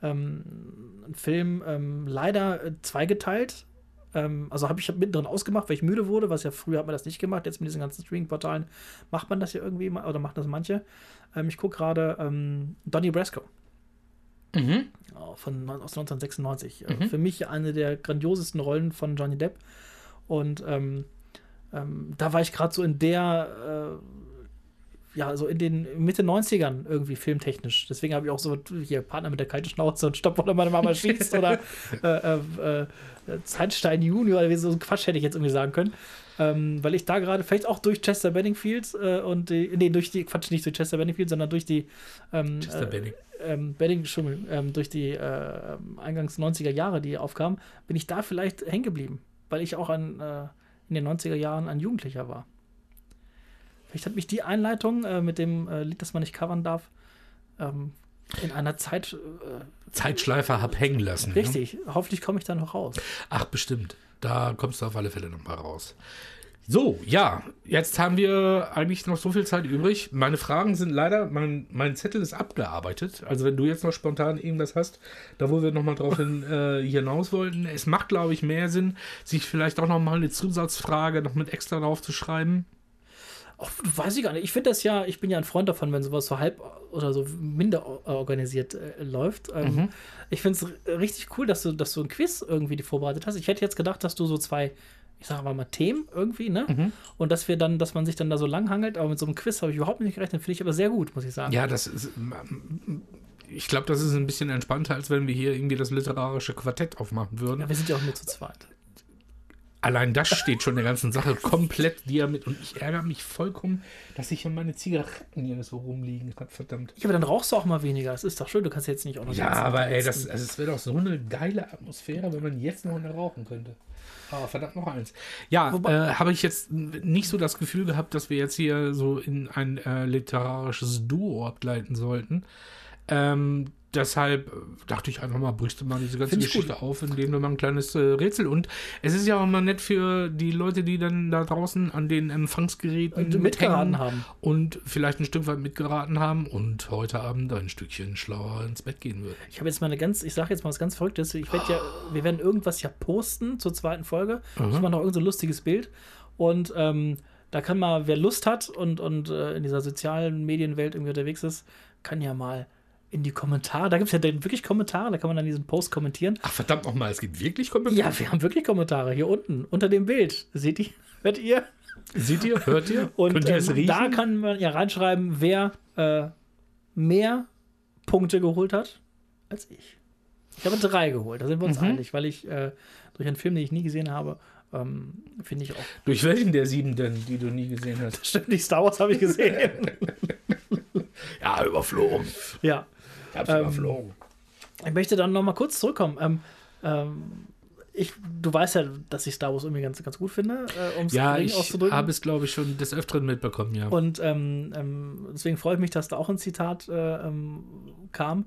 [SPEAKER 2] ähm, einen Film ähm, leider äh, zweigeteilt. Ähm, also habe ich mittendrin ausgemacht, weil ich müde wurde, was ja früher hat man das nicht gemacht. Jetzt mit diesen ganzen Streaming-Portalen macht man das ja irgendwie mal, oder machen das manche. Ähm, ich gucke gerade ähm, Donny Brasco
[SPEAKER 1] Mhm.
[SPEAKER 2] äh, von, neun- aus 1996. Äh,
[SPEAKER 1] Mhm.
[SPEAKER 2] Für mich eine der grandiosesten Rollen von Johnny Depp. Und ähm, ähm, da war ich gerade so in der, äh, ja, so in den Mitte 90ern irgendwie filmtechnisch. Deswegen habe ich auch so hier Partner mit der kalten Schnauze und Stopp, wo meine Mama schießt oder äh, äh, äh, Zeitstein Junior oder wie so ein Quatsch hätte ich jetzt irgendwie sagen können. Ähm, weil ich da gerade, vielleicht auch durch Chester Benningfield äh, und die, nee, durch die, Quatsch, nicht durch Chester Benningfield, sondern durch die ähm,
[SPEAKER 1] Chester
[SPEAKER 2] äh,
[SPEAKER 1] Benning.
[SPEAKER 2] ähm, Bedding, Entschuldigung, ähm, durch die äh, ähm, eingangs 90er Jahre, die aufkamen, bin ich da vielleicht hängen geblieben, weil ich auch an, äh, in den 90er Jahren ein Jugendlicher war. Vielleicht hat mich die Einleitung äh, mit dem äh, Lied, das man nicht covern darf, ähm, in einer Zeit äh,
[SPEAKER 1] Zeitschleifer hab hängen lassen. ne?
[SPEAKER 2] richtig. Hoffentlich komme ich da noch raus.
[SPEAKER 1] Ach, bestimmt. Da kommst du auf alle Fälle nochmal raus. So, ja, jetzt haben wir eigentlich noch so viel Zeit übrig. Meine Fragen sind leider, mein, mein Zettel ist abgearbeitet. Also wenn du jetzt noch spontan irgendwas hast, da wo wir nochmal drauf hin, äh, hinaus wollten. Es macht, glaube ich, mehr Sinn, sich vielleicht auch nochmal eine Zusatzfrage noch mit extra drauf zu schreiben.
[SPEAKER 2] Ach, weiß ich gar nicht. Ich finde das ja, ich bin ja ein Freund davon, wenn sowas so halb oder so minder o- organisiert äh, läuft. Ähm,
[SPEAKER 1] Mhm.
[SPEAKER 2] Ich finde es richtig cool, dass du, dass du ein Quiz irgendwie dir vorbereitet hast. Ich hätte jetzt gedacht, dass du so zwei, ich sage mal, Themen irgendwie, ne?
[SPEAKER 1] Mhm.
[SPEAKER 2] Und dass wir dann, dass man sich dann da so lang hangelt, aber mit so einem Quiz habe ich überhaupt nicht gerechnet. Finde ich aber sehr gut, muss ich sagen.
[SPEAKER 1] Ja, das ist. ähm, Ich glaube, das ist ein bisschen entspannter, als wenn wir hier irgendwie das literarische Quartett aufmachen würden.
[SPEAKER 2] Ja, wir sind ja auch nur zu zweit.
[SPEAKER 1] Allein das steht schon der ganzen Sache komplett dir mit. Und ich ärgere mich vollkommen, dass ich hier meine Zigaretten hier so rumliegen habe, verdammt.
[SPEAKER 2] Ja, aber dann rauchst du auch mal weniger. Das ist doch schön. Du kannst jetzt nicht auch noch. die
[SPEAKER 1] Ja,
[SPEAKER 2] ganze Zeit
[SPEAKER 1] aber ey, das,
[SPEAKER 2] sitzen.
[SPEAKER 1] also es wäre doch so eine geile Atmosphäre, wenn man jetzt noch eine rauchen könnte. Ah, verdammt, noch eins. Ja,
[SPEAKER 2] Wobei-
[SPEAKER 1] äh, habe ich jetzt nicht so das Gefühl gehabt, dass wir jetzt hier so in ein äh, literarisches Duo abgleiten sollten. Ähm, deshalb äh, dachte ich einfach mal, brüchst du mal diese ganze
[SPEAKER 2] Find ich
[SPEAKER 1] Geschichte auf, indem du mal ein kleines äh, Rätsel. Und es ist ja auch mal nett für die Leute, die dann da draußen an den Empfangsgeräten
[SPEAKER 2] Und mitgeraten
[SPEAKER 1] hängen
[SPEAKER 2] haben.
[SPEAKER 1] und vielleicht ein Stück weit mitgeraten haben und heute Abend ein Stückchen schlauer ins Bett gehen würden.
[SPEAKER 2] Ich habe jetzt mal eine ganz, ich sage jetzt mal was ganz Verrücktes. Ich werde ja, wir werden irgendwas ja posten zur zweiten Folge. Ich mache noch irgendein so ein lustiges Bild. Und ähm, da kann mal, wer Lust hat und, und äh, in dieser sozialen Medienwelt irgendwie unterwegs ist, kann ja mal in die Kommentare. Da gibt es ja dann wirklich Kommentare, da kann man dann diesen Post kommentieren.
[SPEAKER 1] Ach, verdammt nochmal, es gibt wirklich Kommentare.
[SPEAKER 2] Ja, wir haben wirklich Kommentare hier unten, unter dem Bild. Seht ihr? Hört ihr?
[SPEAKER 1] Seht ihr? Hört ihr?
[SPEAKER 2] Und
[SPEAKER 1] Könnt ihr es
[SPEAKER 2] ähm,
[SPEAKER 1] riechen?
[SPEAKER 2] da kann man ja reinschreiben, wer äh, mehr Punkte geholt hat als ich. Ich habe drei geholt, da sind wir uns
[SPEAKER 1] Mhm.
[SPEAKER 2] einig, weil ich äh, durch einen Film, den ich nie gesehen habe, ähm, finde ich auch.
[SPEAKER 1] Durch welchen der sieben denn, die du nie gesehen hast?
[SPEAKER 2] Stimmt, die Star Wars habe ich gesehen.
[SPEAKER 1] Ja, überflogen.
[SPEAKER 2] ja.
[SPEAKER 1] Ich hab's
[SPEAKER 2] Ähm,
[SPEAKER 1] überflogen.
[SPEAKER 2] Ich möchte dann noch mal kurz zurückkommen. Ähm, ähm, ich, du weißt ja, dass ich Star Wars irgendwie ganz, ganz gut finde, äh, um es
[SPEAKER 1] Ja,
[SPEAKER 2] gering
[SPEAKER 1] ich
[SPEAKER 2] auszudrücken.
[SPEAKER 1] habe es, glaube ich, schon des Öfteren mitbekommen, ja.
[SPEAKER 2] Und ähm, ähm, deswegen freue ich mich, dass da auch ein Zitat äh, ähm, kam.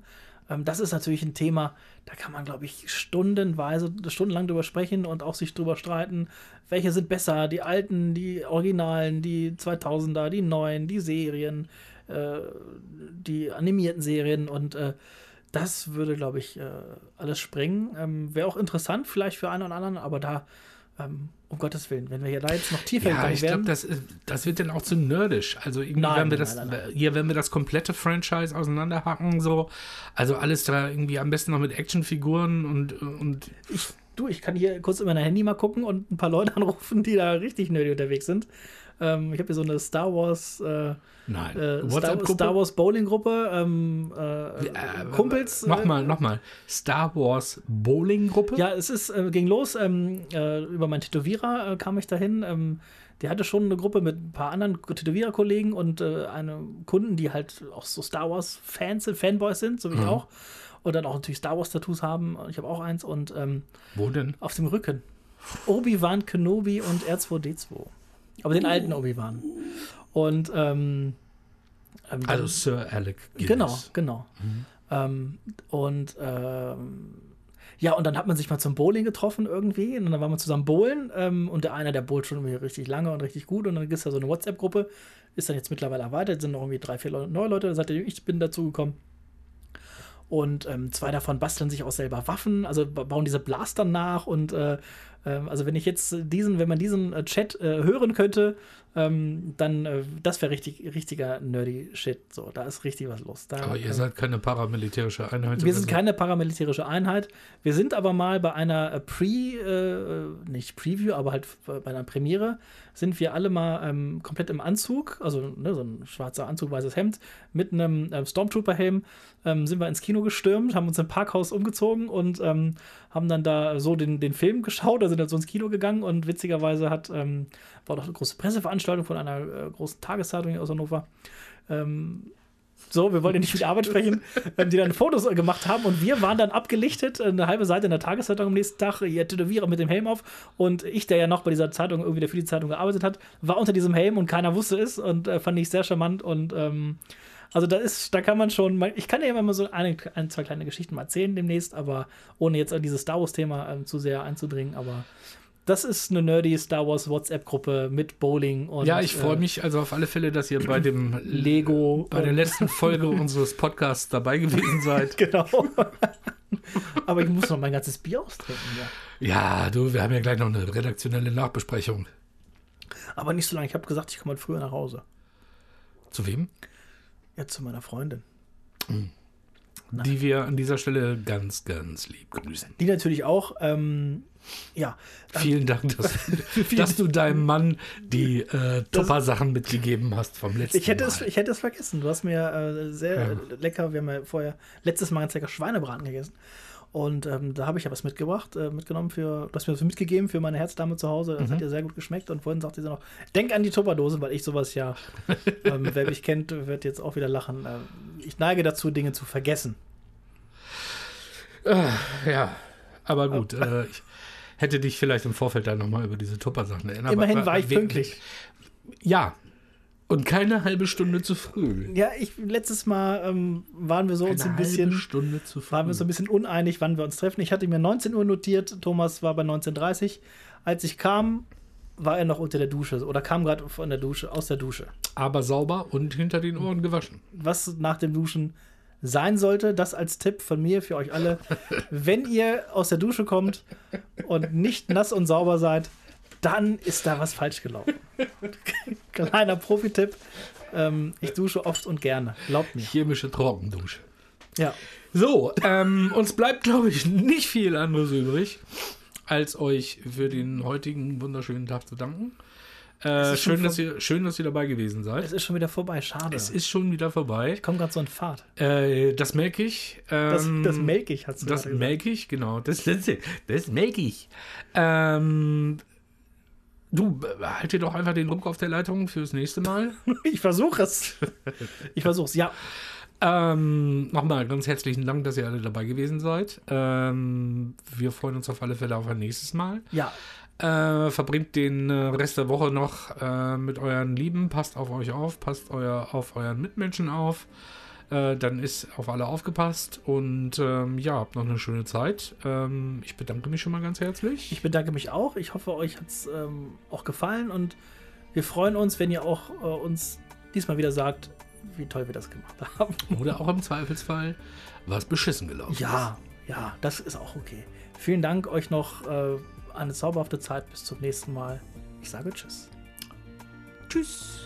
[SPEAKER 2] Ähm, das ist natürlich ein Thema, da kann man, glaube ich, stundenweise, stundenlang drüber sprechen und auch sich drüber streiten, welche sind besser, die alten, die Originalen, die 2000er, die neuen, die Serien, äh, die animierten Serien und äh, das würde, glaube ich, äh, alles sprengen. Ähm, Wäre auch interessant, vielleicht für einen oder anderen, aber da, ähm, um Gottes Willen, wenn wir hier da jetzt noch tiefer
[SPEAKER 1] ja,
[SPEAKER 2] gegangen
[SPEAKER 1] ich glaube, das, ist- das wird dann auch zu nerdisch. Also irgendwie,
[SPEAKER 2] Nein,
[SPEAKER 1] wenn wir
[SPEAKER 2] nein,
[SPEAKER 1] das,
[SPEAKER 2] nein, nein.
[SPEAKER 1] hier, wenn wir das komplette Franchise auseinanderhacken, so, also alles da irgendwie am besten noch mit Actionfiguren und, und
[SPEAKER 2] Du, ich kann hier kurz in mein Handy mal gucken und ein paar Leute anrufen, die da richtig nerdy unterwegs sind. Ähm, ich habe hier so eine Star Wars, äh,
[SPEAKER 1] nein.
[SPEAKER 2] äh, Star,
[SPEAKER 1] WhatsApp-Gruppe?
[SPEAKER 2] Star Wars Bowling Gruppe, ähm, äh,
[SPEAKER 1] Äh,
[SPEAKER 2] Kumpels. äh,
[SPEAKER 1] Nochmal, nochmal. Star Wars Bowling-Gruppe?
[SPEAKER 2] Ja, es ist, äh, ging los. Ähm, äh, über meinen Tätowierer äh, kam ich dahin. Ähm, der hatte schon eine Gruppe mit ein paar anderen Tätowiererkollegen und äh, eine Kunden, die halt auch so Star Wars-Fans sind, Fanboys sind, so wie ich auch. Und dann auch natürlich Star Wars-Tattoos haben. Ich habe auch eins und ähm,
[SPEAKER 1] Wo denn?
[SPEAKER 2] Auf dem Rücken. Obi-Wan Kenobi und R2D2. Aber den alten Obi-Wan. Und, ähm, ähm,
[SPEAKER 1] Also Sir Alec Guinness.
[SPEAKER 2] genau, genau. Ähm, und, ähm, ja, und dann hat man sich mal zum Bowling getroffen irgendwie. Und dann waren wir zusammen bowlen. Ähm, und der eine, der bowlt schon irgendwie richtig lange und richtig gut. Und dann gibt es da so eine WhatsApp-Gruppe. Ist dann jetzt mittlerweile erweitert. Sind noch irgendwie drei, vier Leu- neue Leute. Da sagt er, ich bin dazugekommen. Und ähm, zwei davon basteln sich auch selber Waffen, also ba- bauen diese Blaster nach. Und äh, ähm, also wenn ich jetzt diesen, wenn man diesen äh, Chat äh, hören könnte, ähm, dann äh, das wäre richtig, richtiger nerdy Shit. So, da ist richtig was los. Da,
[SPEAKER 1] Aber
[SPEAKER 2] äh,
[SPEAKER 1] ihr seid keine paramilitärische Einheit.
[SPEAKER 2] wir sind
[SPEAKER 1] oder
[SPEAKER 2] keine paramilitärische Einheit. Wir sind aber mal bei einer äh, Pre, äh, nicht Preview, aber halt bei einer Premiere, sind wir alle mal ähm, komplett im Anzug, also ne, so ein schwarzer Anzug, weißes Hemd, mit einem ähm, Stormtrooper-Helm ähm, sind wir ins Kino gestürmt, haben uns im Parkhaus umgezogen und ähm, haben dann da so den, den Film geschaut, da sind dann so ins Kino gegangen und witzigerweise hat, ähm, war doch eine große Presseveranstaltung von einer äh, großen Tageszeitung hier aus Hannover. Ähm, so, wir wollen ja nicht mit Arbeit sprechen, ähm, die dann Fotos äh, gemacht haben und wir waren dann abgelichtet, äh, eine halbe Seite in der Tageszeitung am nächsten Tag, ihr Tätowierer mit dem Helm auf und ich, der ja noch bei dieser Zeitung irgendwie der für die Zeitung gearbeitet hat, war unter diesem Helm und keiner wusste es und äh, fand ich sehr charmant und ähm, also da ist, da kann man schon, mal- ich kann ja immer mal so eine, ein, zwei kleine Geschichten mal erzählen demnächst, aber ohne jetzt an dieses Star Wars Thema ähm, zu sehr einzudringen, aber das ist eine nerdy Star Wars WhatsApp-Gruppe mit Bowling und
[SPEAKER 1] Ja, ich freue
[SPEAKER 2] äh,
[SPEAKER 1] mich also auf alle Fälle, dass ihr bei dem
[SPEAKER 2] Lego
[SPEAKER 1] bei der
[SPEAKER 2] und-
[SPEAKER 1] letzten Folge unseres Podcasts dabei gewesen seid.
[SPEAKER 2] Genau. Aber ich muss noch mein ganzes Bier austrinken, ja.
[SPEAKER 1] Ja, du, wir haben ja gleich noch eine redaktionelle Nachbesprechung.
[SPEAKER 2] Aber nicht so lange. Ich habe gesagt, ich komme mal früher nach Hause.
[SPEAKER 1] Zu wem?
[SPEAKER 2] Jetzt zu meiner Freundin.
[SPEAKER 1] Die wir an dieser Stelle ganz, ganz lieb grüßen.
[SPEAKER 2] Die natürlich auch. Ähm, ja.
[SPEAKER 1] Vielen Dank, dass, dass du deinem Mann die äh, Topper-Sachen mitgegeben hast vom letzten
[SPEAKER 2] Ich hätte, es,
[SPEAKER 1] Mal.
[SPEAKER 2] ich hätte es vergessen. Du hast mir äh, sehr
[SPEAKER 1] Ja.
[SPEAKER 2] äh, lecker, wir haben ja vorher letztes Mal ganz lecker Schweinebraten gegessen. Und ähm, da habe ich ja was mitgebracht, äh, mitgenommen für, du hast mir das mitgegeben für meine Herzdame zu Hause. Das hat ihr sehr gut geschmeckt. Und vorhin sagte sie noch, denk an die Tupperdosen, weil ich sowas ja, ähm, wer mich kennt, wird jetzt auch wieder lachen. Äh, ich neige dazu, Dinge zu vergessen.
[SPEAKER 1] Ja, aber gut. Äh, ich hätte dich vielleicht im Vorfeld dann nochmal über diese Tupper-Sachen erinnert.
[SPEAKER 2] Immerhin
[SPEAKER 1] aber,
[SPEAKER 2] war ich
[SPEAKER 1] wir-
[SPEAKER 2] pünktlich.
[SPEAKER 1] Ja. Und keine halbe Stunde zu früh.
[SPEAKER 2] Ja, ich letztes Mal ähm, waren wir so uns
[SPEAKER 1] Eine
[SPEAKER 2] ein
[SPEAKER 1] halbe
[SPEAKER 2] bisschen
[SPEAKER 1] Stunde zu früh.
[SPEAKER 2] waren wir so ein bisschen uneinig, wann wir uns treffen. Ich hatte mir 19 Uhr notiert, Thomas war bei 19:30. Als ich kam, war er noch unter der Dusche oder kam gerade von der Dusche aus der Dusche.
[SPEAKER 1] aber sauber und hinter den Ohren gewaschen.
[SPEAKER 2] Was nach dem Duschen sein sollte, das als Tipp von mir für euch alle, wenn ihr aus der Dusche kommt und nicht nass und sauber seid, dann ist da was falsch gelaufen. Kleiner Profi-Tipp. Ähm, ich dusche oft und gerne, glaubt mir.
[SPEAKER 1] Chemische Trockendusche.
[SPEAKER 2] Ja.
[SPEAKER 1] So, ähm, uns bleibt, glaube ich, nicht viel anderes übrig, als euch für den heutigen wunderschönen Tag zu danken. Äh,
[SPEAKER 2] ist schon
[SPEAKER 1] schön, dass
[SPEAKER 2] vor-
[SPEAKER 1] ihr, schön, dass ihr dabei gewesen
[SPEAKER 2] Es
[SPEAKER 1] seid.
[SPEAKER 2] ist schon wieder vorbei, schade.
[SPEAKER 1] Es ist schon wieder vorbei.
[SPEAKER 2] ich komme gerade so in Fahrt.
[SPEAKER 1] Äh, das merke ich.
[SPEAKER 2] Das,
[SPEAKER 1] Ähm,
[SPEAKER 2] das melke ich, hat's
[SPEAKER 1] Das
[SPEAKER 2] gerade gesagt.
[SPEAKER 1] melke ich, genau. Das, das, das melke ich. Ähm, du, halte doch einfach den Ruck auf der Leitung fürs nächste Mal.
[SPEAKER 2] Ich versuche es. Ich versuche es, ja.
[SPEAKER 1] Ähm, nochmal ganz herzlichen Dank, dass ihr alle dabei gewesen seid. Ähm, wir freuen uns auf alle Fälle auf ein nächstes Mal.
[SPEAKER 2] Ja.
[SPEAKER 1] Äh, verbringt den äh, Rest der Woche noch äh, mit euren Lieben. Passt auf euch auf, passt euer, auf euren Mitmenschen auf. Äh, dann ist auf alle aufgepasst. Und ähm, ja, habt noch eine schöne Zeit. Ähm, ich bedanke mich schon mal ganz herzlich.
[SPEAKER 2] Ich bedanke mich auch. Ich hoffe, euch hat es ähm, auch gefallen und wir freuen uns, wenn ihr auch äh, uns diesmal wieder sagt, wie toll wir das gemacht haben.
[SPEAKER 1] Oder auch im Zweifelsfall, was beschissen gelaufen
[SPEAKER 2] Ja, ja, das ist auch okay. Vielen Dank euch noch äh, eine zauberhafte Zeit. Bis zum nächsten Mal. Ich sage Tschüss.
[SPEAKER 1] ist. Tschüss.